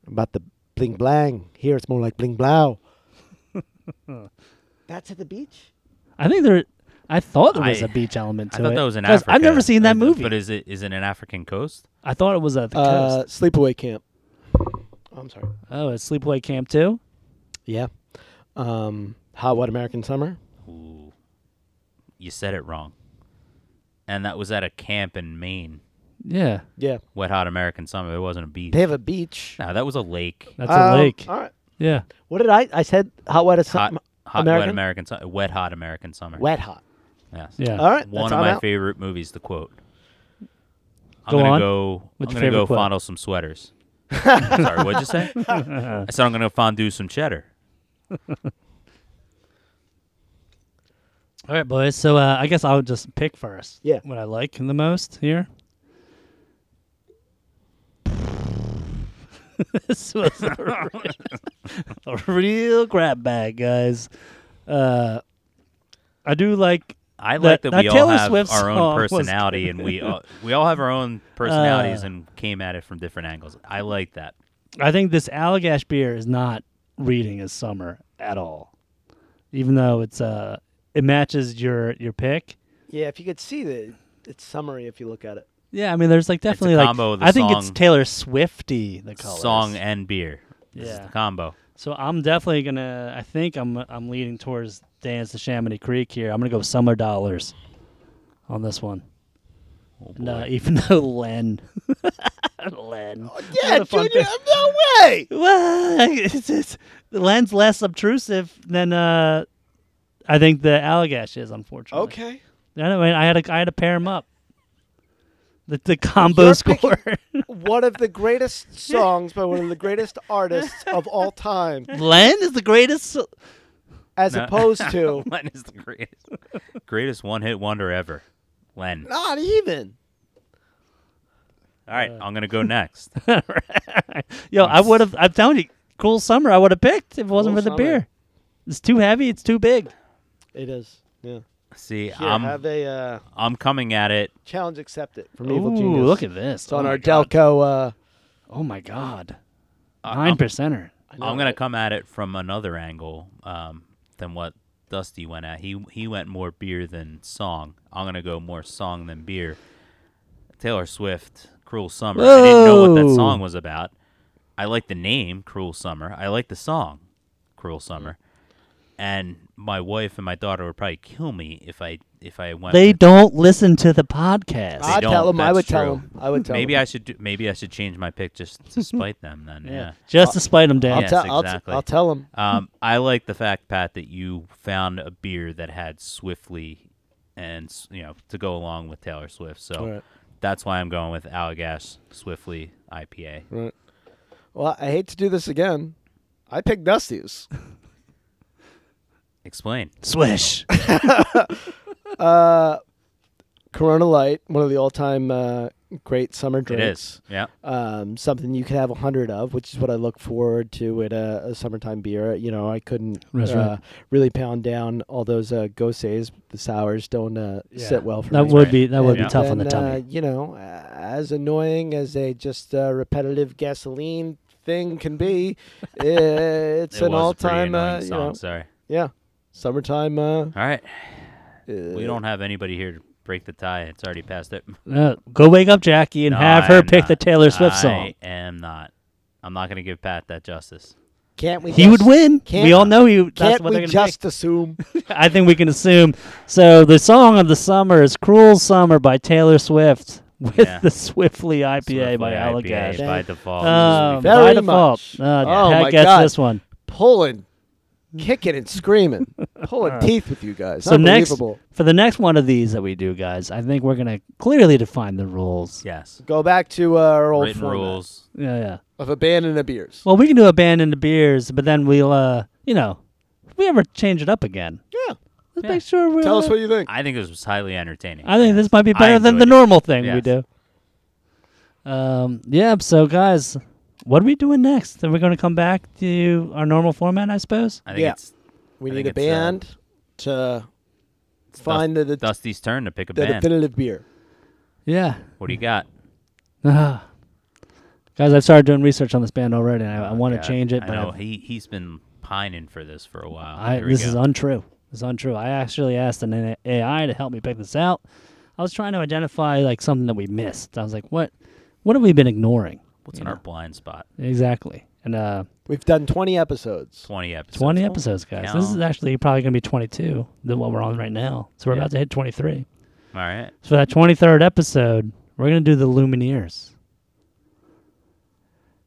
[SPEAKER 1] about the bling blang. Here it's more like bling blow. That's at the beach.
[SPEAKER 3] I think there. I thought there was
[SPEAKER 2] I-
[SPEAKER 3] a beach element
[SPEAKER 2] I
[SPEAKER 3] to
[SPEAKER 2] thought
[SPEAKER 3] it.
[SPEAKER 2] that was in
[SPEAKER 3] 'Cause
[SPEAKER 2] Africa.
[SPEAKER 3] I've never seen that
[SPEAKER 2] Uh,
[SPEAKER 3] movie.
[SPEAKER 2] But is it is it an African coast?
[SPEAKER 3] I thought it was at the
[SPEAKER 1] Uh,
[SPEAKER 3] coast.
[SPEAKER 1] sleepaway camp. I'm sorry.
[SPEAKER 3] Oh, it's Sleepaway Camp too.
[SPEAKER 1] Yeah. Um, Hot What American Summer.
[SPEAKER 2] Ooh. You said it wrong. And that was at a camp in Maine.
[SPEAKER 3] Yeah,
[SPEAKER 1] Yeah.
[SPEAKER 2] Wet Hot American Summer. It wasn't a beach.
[SPEAKER 1] They have a beach.
[SPEAKER 2] No, that was a lake.
[SPEAKER 3] that's a
[SPEAKER 1] Um,
[SPEAKER 3] lake.
[SPEAKER 1] All right.
[SPEAKER 3] Yeah,
[SPEAKER 1] What did I? I said hot, wet,
[SPEAKER 2] Hot,
[SPEAKER 1] summer.
[SPEAKER 2] hot
[SPEAKER 1] American?
[SPEAKER 2] wet American summer. Wet hot American summer.
[SPEAKER 1] Wet hot.
[SPEAKER 2] Yes.
[SPEAKER 3] yeah.
[SPEAKER 1] All right.
[SPEAKER 2] One
[SPEAKER 1] that's
[SPEAKER 2] of
[SPEAKER 1] I'm
[SPEAKER 2] my
[SPEAKER 1] out.
[SPEAKER 2] favorite movies. The quote. I'm
[SPEAKER 3] Go
[SPEAKER 2] gonna
[SPEAKER 3] on.
[SPEAKER 2] go.
[SPEAKER 3] What's
[SPEAKER 2] I'm gonna
[SPEAKER 3] your
[SPEAKER 2] go
[SPEAKER 3] favorite quote?
[SPEAKER 2] fondle some sweaters. Sorry, what'd you say? I said I'm gonna fondue some cheddar.
[SPEAKER 3] All right, boys. So uh, I guess I'll just pick first.
[SPEAKER 1] Yeah.
[SPEAKER 3] What I like the most here. this was a real, a real grab bag, guys. Uh, I do like
[SPEAKER 2] I
[SPEAKER 3] That-
[SPEAKER 2] like that,
[SPEAKER 3] that
[SPEAKER 2] we
[SPEAKER 3] Taylor
[SPEAKER 2] all have
[SPEAKER 3] Swift
[SPEAKER 2] our
[SPEAKER 3] song
[SPEAKER 2] own
[SPEAKER 3] was Uh,
[SPEAKER 2] personality, and we all, we all have our own personalities and came at it from different angles. I like that.
[SPEAKER 3] I think this Allagash beer is not reading as summer at all, even though it's uh it matches your your pick.
[SPEAKER 1] Yeah. If you could see the, it's summery if you look at it.
[SPEAKER 3] Yeah, I mean, there's like definitely
[SPEAKER 2] combo
[SPEAKER 3] like
[SPEAKER 2] of the
[SPEAKER 3] I think it's
[SPEAKER 2] song-
[SPEAKER 3] Taylor Swifty the colors.
[SPEAKER 2] Song and beer. This is
[SPEAKER 3] Yeah.
[SPEAKER 2] the combo.
[SPEAKER 3] So I'm definitely gonna. I think I'm I'm leading towards Dance to Chamonix Creek here. I'm gonna go Summer Dollars on this one.
[SPEAKER 2] Oh,
[SPEAKER 3] And, uh,
[SPEAKER 2] boy.
[SPEAKER 3] even though Len, Len,
[SPEAKER 1] Oh, Yeah,
[SPEAKER 3] What a fun
[SPEAKER 1] Junior.
[SPEAKER 3] pick.
[SPEAKER 1] No way.
[SPEAKER 3] Well, it's, it's, Len's less obtrusive than uh, I think the Allagash is. Unfortunately.
[SPEAKER 1] Okay.
[SPEAKER 3] Anyway, I had to I had to pair him up. The the combo
[SPEAKER 1] You're picking-
[SPEAKER 3] score.
[SPEAKER 1] One of the greatest songs by one of the greatest artists of all time,
[SPEAKER 3] Len is the greatest.
[SPEAKER 1] as
[SPEAKER 2] No.
[SPEAKER 1] opposed to
[SPEAKER 2] Len is the greatest, greatest one hit wonder ever. Len.
[SPEAKER 1] not even.
[SPEAKER 2] All
[SPEAKER 1] Uh.
[SPEAKER 2] right, I'm gonna go next.
[SPEAKER 3] Yo, I would have. I'm telling you, cool summer. I would have picked if it wasn't
[SPEAKER 1] Cool
[SPEAKER 3] for the
[SPEAKER 1] Summer.
[SPEAKER 3] beer. It's too heavy. It's too big.
[SPEAKER 1] It is. Yeah.
[SPEAKER 2] See,
[SPEAKER 1] Here,
[SPEAKER 2] I'm
[SPEAKER 1] have a uh,
[SPEAKER 2] I'm coming at it.
[SPEAKER 1] challenge accepted from Evil
[SPEAKER 3] Ooh,
[SPEAKER 1] Genius.
[SPEAKER 3] look at this.
[SPEAKER 1] it's on
[SPEAKER 3] oh
[SPEAKER 1] our
[SPEAKER 3] my God.
[SPEAKER 1] Delco. Uh,
[SPEAKER 3] Oh my god,
[SPEAKER 2] I-
[SPEAKER 3] nine
[SPEAKER 1] um,
[SPEAKER 2] I'm,
[SPEAKER 3] percenter.
[SPEAKER 2] I'm gonna come at it from another angle um, than what Dusty went at. He he went more beer than song. I'm gonna go more song than beer. Taylor Swift, "Cruel Summer." I didn't know what that
[SPEAKER 3] Whoa.
[SPEAKER 2] song was about. I like the name "Cruel Summer." I like the song "Cruel Summer." And my wife and my daughter would probably kill me if I if I went.
[SPEAKER 3] They
[SPEAKER 2] with-
[SPEAKER 3] don't listen to the podcast.
[SPEAKER 1] I
[SPEAKER 2] don't,
[SPEAKER 1] tell him. I
[SPEAKER 2] that's
[SPEAKER 1] would tell
[SPEAKER 2] true.
[SPEAKER 1] him. I would tell
[SPEAKER 2] Maybe
[SPEAKER 1] him.
[SPEAKER 2] I should do, maybe I should change my pick just to spite them. Then yeah.
[SPEAKER 3] Just to spite them,
[SPEAKER 1] I'll
[SPEAKER 3] Dan.
[SPEAKER 2] Yes,
[SPEAKER 1] tell. I'll,
[SPEAKER 2] exactly.
[SPEAKER 1] will tell him.
[SPEAKER 2] Um, I like the fact, Pat, that you found a beer that had Swiftly, and s- you know to go along with Taylor Swift. So
[SPEAKER 1] Right.
[SPEAKER 2] that's why I'm going with Allagash Swiftly IPA.
[SPEAKER 1] Right. Well, I hate to do this again. I picked Dusty's.
[SPEAKER 2] Explain.
[SPEAKER 3] Swish.
[SPEAKER 1] Corona Light, one of the all-time uh, great summer
[SPEAKER 2] It
[SPEAKER 1] drinks.
[SPEAKER 2] is. Yeah.
[SPEAKER 1] um, something you could have a hundred of, which is what I look forward to at a, a summertime beer. You know, I couldn't
[SPEAKER 3] That's
[SPEAKER 1] uh,
[SPEAKER 3] right.
[SPEAKER 1] really pound down all those uh, gosays. The sours don't uh,
[SPEAKER 3] Yeah.
[SPEAKER 1] sit well for
[SPEAKER 3] That
[SPEAKER 1] me.
[SPEAKER 3] would
[SPEAKER 2] right.
[SPEAKER 3] be that would
[SPEAKER 2] Yeah.
[SPEAKER 3] be tough on the
[SPEAKER 1] And,
[SPEAKER 3] tummy.
[SPEAKER 1] Uh, you know, uh, as annoying as a just uh, repetitive gasoline thing can be, uh, it's
[SPEAKER 2] it
[SPEAKER 1] an
[SPEAKER 2] was a pretty
[SPEAKER 1] all-time.
[SPEAKER 2] annoying
[SPEAKER 1] Uh, you
[SPEAKER 2] song.
[SPEAKER 1] know,
[SPEAKER 2] Sorry.
[SPEAKER 1] yeah, summertime. Uh,
[SPEAKER 2] All right. We
[SPEAKER 1] uh,
[SPEAKER 2] don't have anybody here to break the tie. It's already past it.
[SPEAKER 3] Uh, go wake up Jackie and
[SPEAKER 2] No,
[SPEAKER 3] have
[SPEAKER 2] I
[SPEAKER 3] her
[SPEAKER 2] am
[SPEAKER 3] pick
[SPEAKER 2] not.
[SPEAKER 3] the Taylor Swift
[SPEAKER 2] I
[SPEAKER 3] song.
[SPEAKER 2] am not. I'm not going to give Pat that justice.
[SPEAKER 1] Can't we?
[SPEAKER 3] He
[SPEAKER 1] just,
[SPEAKER 3] would win.
[SPEAKER 1] Can't,
[SPEAKER 3] We all know he. That's
[SPEAKER 1] Can't
[SPEAKER 3] what they're
[SPEAKER 1] we
[SPEAKER 3] gonna
[SPEAKER 1] just assume?
[SPEAKER 3] pick. I think we can assume. So the song of the summer is "Cruel Summer" by Taylor Swift with
[SPEAKER 2] Yeah.
[SPEAKER 3] the Swiftly IPA
[SPEAKER 2] Swiftly
[SPEAKER 3] by
[SPEAKER 2] IPA
[SPEAKER 3] Allagash.
[SPEAKER 2] by default.
[SPEAKER 3] Um,
[SPEAKER 1] Very
[SPEAKER 3] by default,
[SPEAKER 1] much.
[SPEAKER 3] uh,
[SPEAKER 1] Oh
[SPEAKER 3] Pat
[SPEAKER 1] my
[SPEAKER 3] gets
[SPEAKER 1] God.
[SPEAKER 3] this one.
[SPEAKER 1] pulling, kicking, and screaming, pulling teeth with you guys.
[SPEAKER 3] So next,
[SPEAKER 1] Unbelievable.
[SPEAKER 3] for the next one of these that we do, guys, I think we're gonna clearly define the rules.
[SPEAKER 2] yes.
[SPEAKER 1] Go back to uh, our old
[SPEAKER 2] Written
[SPEAKER 1] format
[SPEAKER 2] rules.
[SPEAKER 3] Yeah, yeah.
[SPEAKER 1] of abandoning the beers.
[SPEAKER 3] Well, we can do abandon the beers, but then we'll, uh, you know, if we ever change it up again,
[SPEAKER 1] yeah.
[SPEAKER 3] let's
[SPEAKER 2] Yeah.
[SPEAKER 3] make sure we
[SPEAKER 1] Tell us what you think.
[SPEAKER 2] I think this was highly entertaining.
[SPEAKER 3] I think this might be
[SPEAKER 2] I
[SPEAKER 3] better than the
[SPEAKER 2] enjoyed it.
[SPEAKER 3] normal thing we
[SPEAKER 2] Yes.
[SPEAKER 3] do. Um, yeah, so guys, what are we doing next? Are we going to come back to our normal format, I suppose?
[SPEAKER 2] I think
[SPEAKER 1] Yeah.
[SPEAKER 2] it's
[SPEAKER 1] We
[SPEAKER 2] I
[SPEAKER 1] need
[SPEAKER 2] think
[SPEAKER 1] a
[SPEAKER 2] it's, uh,
[SPEAKER 1] band to find the, the,
[SPEAKER 2] Dusty's turn to pick a
[SPEAKER 1] the
[SPEAKER 2] band.
[SPEAKER 1] definitive beer.
[SPEAKER 3] Yeah.
[SPEAKER 2] What do you got?
[SPEAKER 3] Ah. Guys, I've started doing research on this band already. And I, I want to
[SPEAKER 2] God,
[SPEAKER 3] change it,
[SPEAKER 2] Oh, I
[SPEAKER 3] but
[SPEAKER 2] know
[SPEAKER 3] I've-
[SPEAKER 2] he he's been pining for this for a while.
[SPEAKER 3] I,
[SPEAKER 2] Here we
[SPEAKER 3] this is
[SPEAKER 2] go.
[SPEAKER 3] untrue. It's untrue. I actually asked an A- AI to help me pick this out. I was trying to identify like something that we missed. I was like, what? What have we been ignoring?
[SPEAKER 2] What's
[SPEAKER 3] you
[SPEAKER 2] in
[SPEAKER 3] know?
[SPEAKER 2] our blind spot?
[SPEAKER 3] Exactly. And uh,
[SPEAKER 1] We've done 20 episodes.
[SPEAKER 2] Twenty episodes.
[SPEAKER 3] 20 episodes, guys. This is
[SPEAKER 2] Count.
[SPEAKER 3] actually probably going to be 22 than what we're on right now. So we're
[SPEAKER 2] Yeah.
[SPEAKER 3] about to hit 23.
[SPEAKER 2] All right.
[SPEAKER 3] So for that 23rd episode, we're going to do the Lumineers.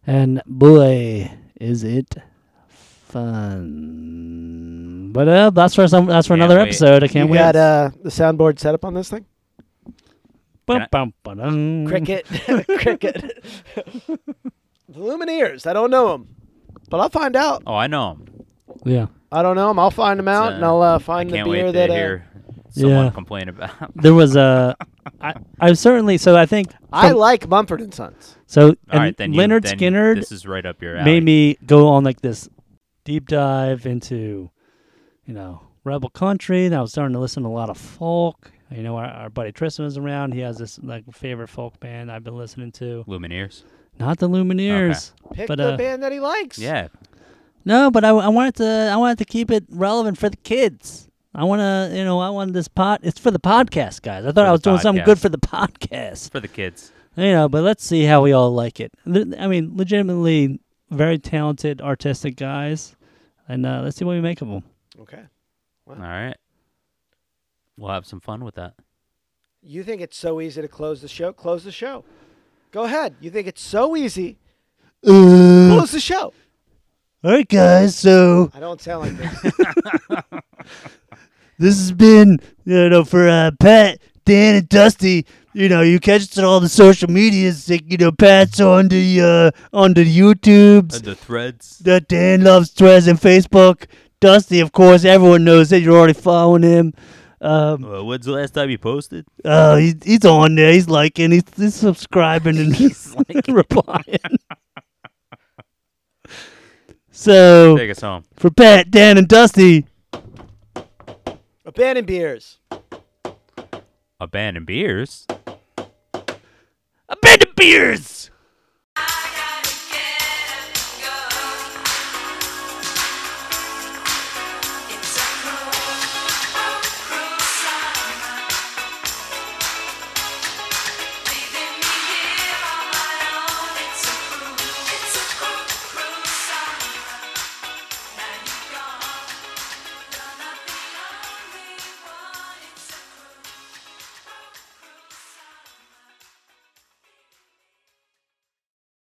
[SPEAKER 3] And boy, is it fun. But uh, that's for some that's for
[SPEAKER 2] Can't
[SPEAKER 3] another
[SPEAKER 2] wait.
[SPEAKER 3] episode. I can't
[SPEAKER 1] you
[SPEAKER 3] wait.
[SPEAKER 1] got uh, the soundboard set up on this thing?
[SPEAKER 3] Bum,
[SPEAKER 2] Can I-
[SPEAKER 3] bum, ba-dum.
[SPEAKER 1] Cricket. Cricket. the Lumineers. I don't know them. But I'll find out.
[SPEAKER 2] Oh, I know him.
[SPEAKER 3] Yeah.
[SPEAKER 1] I don't know them. I'll find them out,
[SPEAKER 2] uh,
[SPEAKER 1] and I'll uh,
[SPEAKER 2] I
[SPEAKER 1] find the
[SPEAKER 2] can't
[SPEAKER 1] beer
[SPEAKER 2] wait
[SPEAKER 1] that.
[SPEAKER 2] to
[SPEAKER 1] uh,
[SPEAKER 2] hear someone
[SPEAKER 3] Yeah.
[SPEAKER 2] complain about.
[SPEAKER 3] There was a I I certainly so I think
[SPEAKER 1] I
[SPEAKER 3] from-
[SPEAKER 1] like Mumford and Sons.
[SPEAKER 3] so and
[SPEAKER 2] All right, then you-
[SPEAKER 3] Leonard
[SPEAKER 2] then
[SPEAKER 3] Skinner
[SPEAKER 2] This is right up your alley.
[SPEAKER 3] made me go on like this deep dive into, you know, rebel country. And I was starting to listen to a lot of folk. You know, our, our buddy Tristan was around. He has this like favorite folk band I've been listening to.
[SPEAKER 2] Lumineers.
[SPEAKER 3] Not the Lumineers,
[SPEAKER 1] Pick
[SPEAKER 3] but
[SPEAKER 1] the
[SPEAKER 3] uh,
[SPEAKER 1] band that he likes.
[SPEAKER 2] Yeah.
[SPEAKER 3] no, but I, I wanted to I wanted to keep it relevant for the kids. I want to, you know, I wanted this pot. It's for the podcast, guys. I thought
[SPEAKER 2] the
[SPEAKER 3] I was doing something good
[SPEAKER 2] podcast.
[SPEAKER 3] for the podcast.
[SPEAKER 2] It's for the kids.
[SPEAKER 3] you know, but let's see how we all like it. Th- I mean, legitimately very talented, artistic guys, and uh, let's see what we make of them.
[SPEAKER 1] Okay.
[SPEAKER 2] All right. We'll have some fun with that.
[SPEAKER 1] You think it's so easy to close the show? Close the show. Go ahead. You think it's so easy? Close the show.
[SPEAKER 3] all right, guys. So
[SPEAKER 1] I don't sound like this.
[SPEAKER 3] this has been, you know, for uh, Pat, Dan, and Dusty. You know, you catch us on all the social medias. Like, you know, Pat's on the uh, on the YouTubes.
[SPEAKER 2] the threads.
[SPEAKER 3] that Dan loves Twitter and Facebook. Dusty, of course, everyone knows that you're already following him. Um,
[SPEAKER 2] Uh, when's the last time you posted?
[SPEAKER 3] Oh, he's he's on there. He's liking. He's, he's subscribing and he's replying. so
[SPEAKER 2] Take us home.
[SPEAKER 3] for Pat, Dan, and Dusty,
[SPEAKER 1] Abandon beers.
[SPEAKER 2] Abandoned beers.
[SPEAKER 3] I've been to beers.